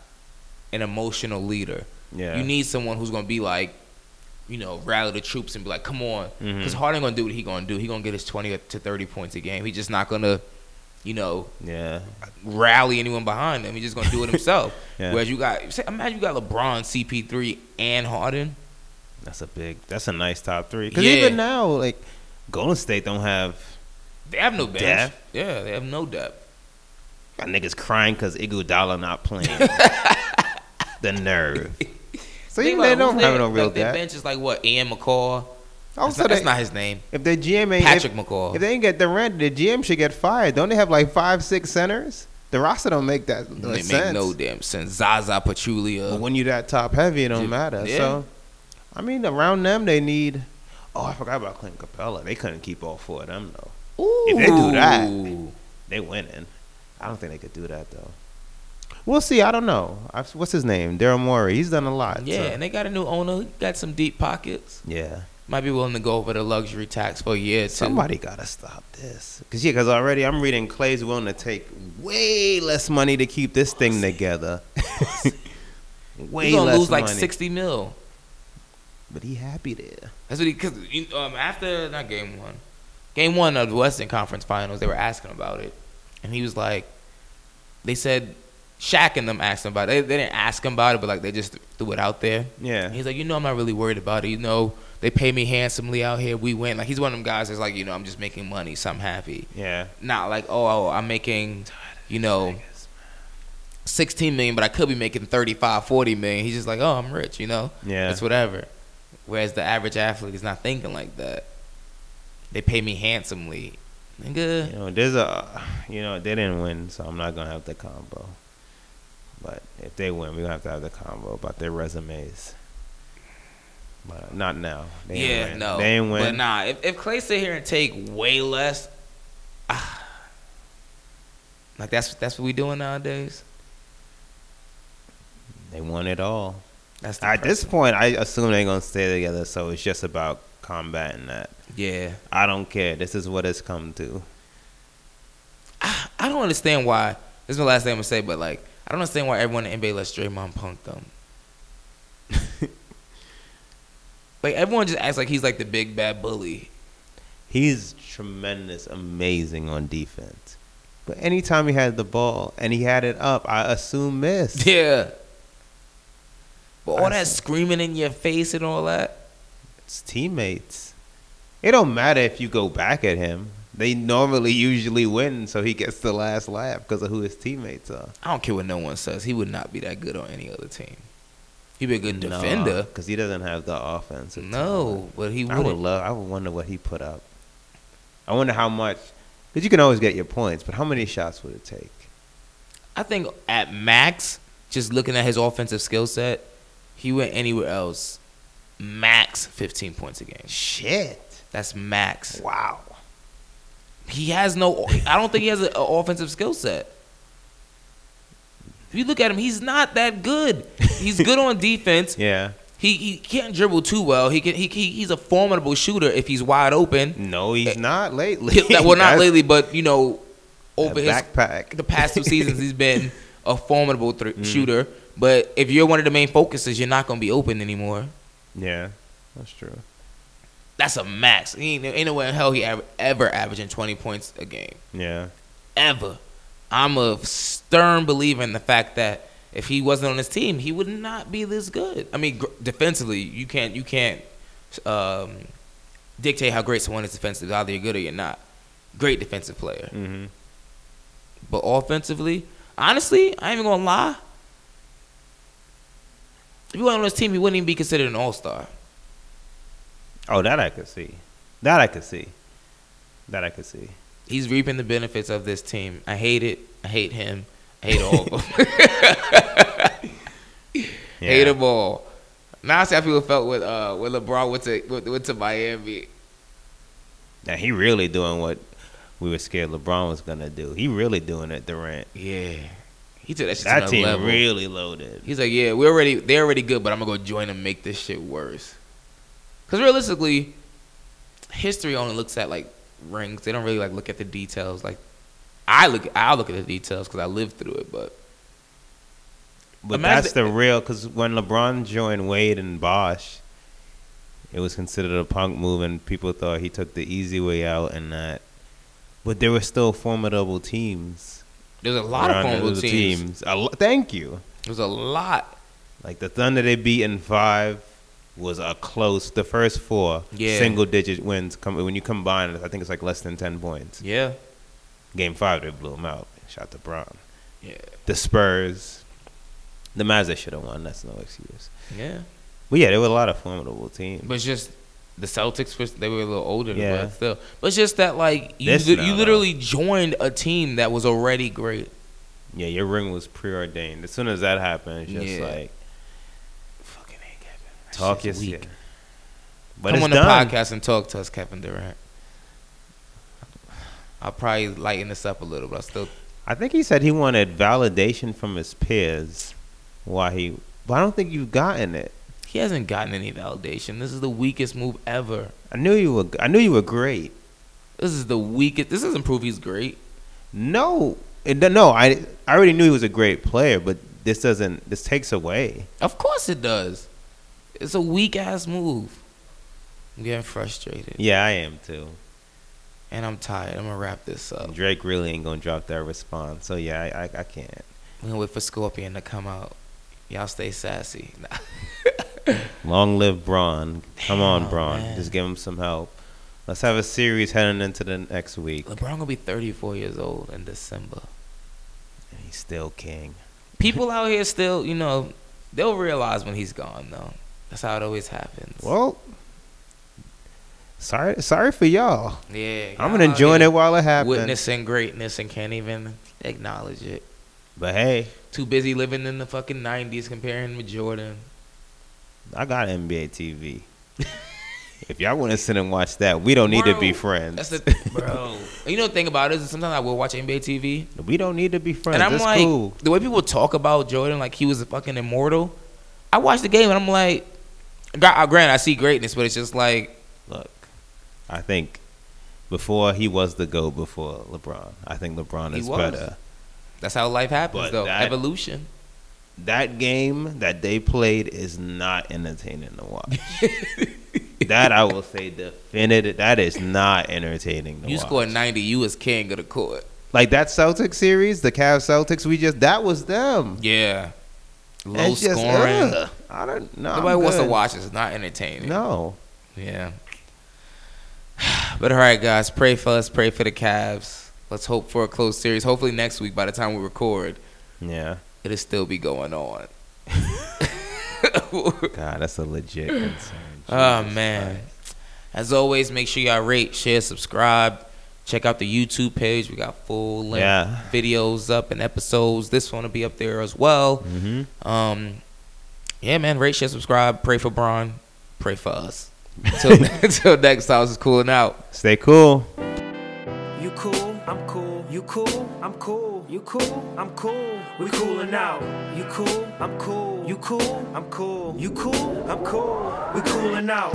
S3: an emotional leader.
S4: Yeah.
S3: You need someone who's gonna be like, you know, rally the troops and be like, come on,
S4: Mm-hmm.
S3: because Harden gonna do what he gonna do. He gonna get his twenty to thirty points a game. He's just not gonna, you know,
S4: Yeah,
S3: rally anyone behind him. He's just gonna do it himself.
S4: Yeah.
S3: Whereas you got, say, imagine you got LeBron, CP3, and Harden.
S4: That's a big. That's a nice top three. Because
S3: Yeah.
S4: even now, like Golden State don't have
S3: They have no bench.
S4: Depth?
S3: Yeah, they have no depth.
S4: my niggas crying because Iguodala not playing. the nerve. So
S3: Think
S4: even
S3: about
S4: they
S3: it,
S4: don't
S3: who's
S4: have
S3: their-
S4: no real
S3: like, Their
S4: depth.
S3: bench is like what? Ian McCall. That's,
S4: Also,
S3: not, that's
S4: they-
S3: not his name.
S4: If their GM ain't
S3: Patrick
S4: if,
S3: McCall.
S4: if they ain't get Durant, the GM should get fired. Don't they have like five, six centers? The roster don't make that
S3: They
S4: sense.
S3: make no damn sense. Zaza Pachulia.
S4: But when you that top heavy, it don't
S3: Yeah.
S4: matter. So, I mean, around them they need. Oh, I forgot about Clint Capella. They couldn't keep all four of them though. If they do that,
S3: Ooh.
S4: they winning. I don't think they could do that though. We'll see. I don't know. i what's his name? Daryl Morey. He's done a lot.
S3: Yeah,
S4: so-
S3: and they got a new owner. Got some deep pockets.
S4: Yeah.
S3: Might be willing to go over the luxury tax for a year or two.
S4: Somebody gotta stop this. Cause yeah, cause already I'm reading Clay's willing to take way less money to keep this thing together. way
S3: He's gonna
S4: less
S3: lose like
S4: money.
S3: sixty mil.
S4: But he happy there.
S3: That's what he because um, after not game one, game one of the Western Conference Finals, they were asking about it, and he was like, they said Shaq and them asked him about it. They, they didn't ask him about it, but like they just threw it out there.
S4: Yeah.
S3: And he's like, you know, I'm not really worried about it. You know, they pay me handsomely out here. We win. Like he's one of them guys that's like, you know, I'm just making money, so I'm happy.
S4: Yeah.
S3: Not like, oh, oh I'm making, you know. 16 million, but I could be making 35, 40 million. He's just like, oh, I'm rich, you know?
S4: Yeah.
S3: It's whatever. Whereas the average athlete is not thinking like that. They pay me handsomely. Nigga.
S4: You know, there's a you know, they didn't win, so I'm not gonna have the combo. But if they win, we're gonna have to have the combo about their resumes. But not now. They ain't
S3: yeah,
S4: win.
S3: no.
S4: They ain't win.
S3: But nah, if, if Clay sit here and take way less, ah, like that's that's what we doing nowadays.
S4: They won it all.
S3: That's the
S4: At this
S3: person.
S4: point, I assume they're gonna stay together, so it's just about combating that.
S3: Yeah.
S4: I don't care. This is what it's come to.
S3: I don't understand why. This is my last thing I'm gonna say, but like, I don't understand why everyone in NBA lets Draymond punk them. like everyone just acts like he's like the big bad bully.
S4: He's tremendous, amazing on defense. But anytime he had the ball and he had it up, I assume miss.
S3: Yeah. But all
S4: I
S3: that
S4: see.
S3: screaming in your face and all that.
S4: It's teammates. It don't matter if you go back at him. They normally usually win, so he gets the last laugh because of who his teammates are.
S3: I don't care what no one says. He would not be that good on any other team. He'd be a good defender.
S4: because he doesn't have the offense.
S3: No, but he
S4: I would
S3: wouldn't.
S4: love. I would wonder what he put up. I wonder how much, because you can always get your points, but how many shots would it take?
S3: I think at max, just looking at his offensive skill set, he went anywhere else. Max 15 points a game.
S4: Shit!
S3: That's max.
S4: Wow.
S3: He has no. I don't think he has an offensive skill set. If you look at him, he's not that good. He's good on defense.
S4: Yeah.
S3: He he can't dribble too well. He can. He, he he's a formidable shooter if he's wide open.
S4: No, he's not lately.
S3: That- Eh. well, not
S4: That's
S3: lately, but you know,
S4: a
S3: over his
S4: backpack.
S3: the past two seasons, he's been a formidable thr shooter. But if you're one of the main focuses, you're not going to be open anymore.
S4: yeah, that's true.
S3: That's a max. He ain't, ain't nowhere in hell he ever, ever averaging 20 points a game.
S4: Yeah.
S3: ever. I'm a stern believer in the fact that if he wasn't on his team, he would not be this good. I mean, gr- defensively, you can't you can't um, dictate how great someone is defensively. Either you're good or you're not. Great defensive player,
S4: Mm-hmm.
S3: but offensively, honestly, I ain't even gonna lie. If he wasn't on his team, he wouldn't even be considered an all star.
S4: Oh, that I could see. That I could see. That I could see.
S3: He's reaping the benefits of this team. I hate it. I hate him. I hate all of them.
S4: Yeah.
S3: Hate them all. Now I see how people felt with uh when LeBron went to went, went to Miami.
S4: Now he really doing what we were scared LeBron was gonna do. He really doing it, Durant.
S3: Yeah, he took that shit to
S4: That
S3: another
S4: team
S3: level.
S4: really loaded.
S3: He's like, yeah, we're already they're already good, but I'm gonna go join and make this shit worse. Because realistically, history only looks at like rings. They don't really like look at the details. Like I look, I look at the details because I lived through it. But
S4: But
S3: Imagine-
S4: that's the real because when LeBron joined Wade and Bosch, it was considered a punk move, and people thought he took the easy way out and that. But there were still formidable teams.
S3: there's a lot of
S4: around
S3: formidable
S4: the
S3: teams.
S4: teams. A lo- thank you.
S3: There's a lot.
S4: Like the Thunder, they beat in five. was a close. The first four
S3: Yeah.
S4: single digit wins come when you combine it. I think it's like less than ten points.
S3: Yeah.
S4: Game five, they blew them out. Shot the Brown,
S3: Yeah.
S4: the Spurs, the Mavs. They should have won. That's no excuse.
S3: Yeah.
S4: But yeah, there were a lot of formidable teams.
S3: But it's just the Celtics, was they were a little older,
S4: Yeah.
S3: but still. But it's just that like you,
S4: This
S3: li-
S4: now,
S3: you literally joined a team that was already great.
S4: Yeah, your ring was preordained. As soon as that happened, it's just
S3: Yeah.
S4: like
S3: Fucking ain't Kevin.
S4: talk your shit. But
S3: Come
S4: it's
S3: on the
S4: done.
S3: podcast and talk to us, Kevin Durant. I'll probably lighten this up a little, but I still
S4: I think he said he wanted validation from his peers. Why he? But I don't think you've gotten it.
S3: he hasn't gotten any validation. This is the weakest move ever.
S4: I knew you were. I knew you were great.
S3: This is the weakest. This doesn't prove he's great.
S4: No, it, do- no. I I already knew he was a great player, but this doesn't. This takes away.
S3: Of course it does. It's a weak ass move. I'm getting frustrated.
S4: Yeah, I am too.
S3: And I'm tired. I'm gonna wrap this up.
S4: Drake really ain't gonna drop that response. So yeah, I I, I can't.
S3: We're gonna wait for Scorpion to come out. Y'all stay sassy. Nah.
S4: Long live Braun. Come
S3: Damn,
S4: on, Braun.
S3: man.
S4: Just give him some help. Let's have a series heading into the next week.
S3: LeBron gonna be 34 years old in December.
S4: And he's still king.
S3: People out here still, you know, they'll realize when he's gone though. That's how it always happens.
S4: Well, sorry, sorry for y'all.
S3: yeah,
S4: I'm
S3: y'all out
S4: enjoying
S3: here
S4: it while it happens.
S3: Witnessing greatness and can't even acknowledge it.
S4: But hey,
S3: Too busy living in the fucking 90s comparing with Jordan.
S4: I got NBA TV. if y'all want to sit and watch that, we don't need to be
S3: Bro,
S4: friends.
S3: That's the bro. you know the thing about it is sometimes I will watch NBA TV
S4: we don't need to be friends.
S3: and I'm
S4: That's
S3: like
S4: cool.
S3: the way people talk about Jordan like he was a fucking immortal. I watch the game and I'm like, gra- uh, granted I see greatness, but it's just like
S4: Look, I think before he was the go before LeBron. I think LeBron
S3: He
S4: is
S3: was.
S4: better.
S3: that's how life happens
S4: But
S3: though.
S4: that-
S3: Evolution.
S4: That game that they played is not entertaining to watch. that I will say definitive. That is not entertaining to
S3: You
S4: watch.
S3: score 90, you was king of the court.
S4: like that Celtics series, the Cavs Celtics. We just that was them.
S3: Yeah. Low
S4: It's just,
S3: scoring.
S4: ugh. I don't know.
S3: Nobody wants to watch this. It's not entertaining.
S4: No.
S3: Yeah. But all right, guys, pray for us. Pray for the Cavs. Let's hope for a close series. Hopefully next week, by the time we record,
S4: Yeah.
S3: it'll still be going on.
S4: God, that's a legit concern.
S3: oh
S4: Jesus
S3: man!
S4: Christ.
S3: As always, make sure y'all rate, share, subscribe. Check out the YouTube page. We got full length
S4: Yeah.
S3: videos up and episodes. This one will be up there as well. Um, yeah, man. Rate, share, subscribe. Pray for Braun. Pray for us. Until, until next time, this is cooling out.
S4: Stay cool.
S2: You cool, I'm cool. You cool, I'm cool. You cool, I'm cool. We coolin' out. You cool, I'm cool. You cool, I'm cool. You cool, I'm cool. We coolin' out.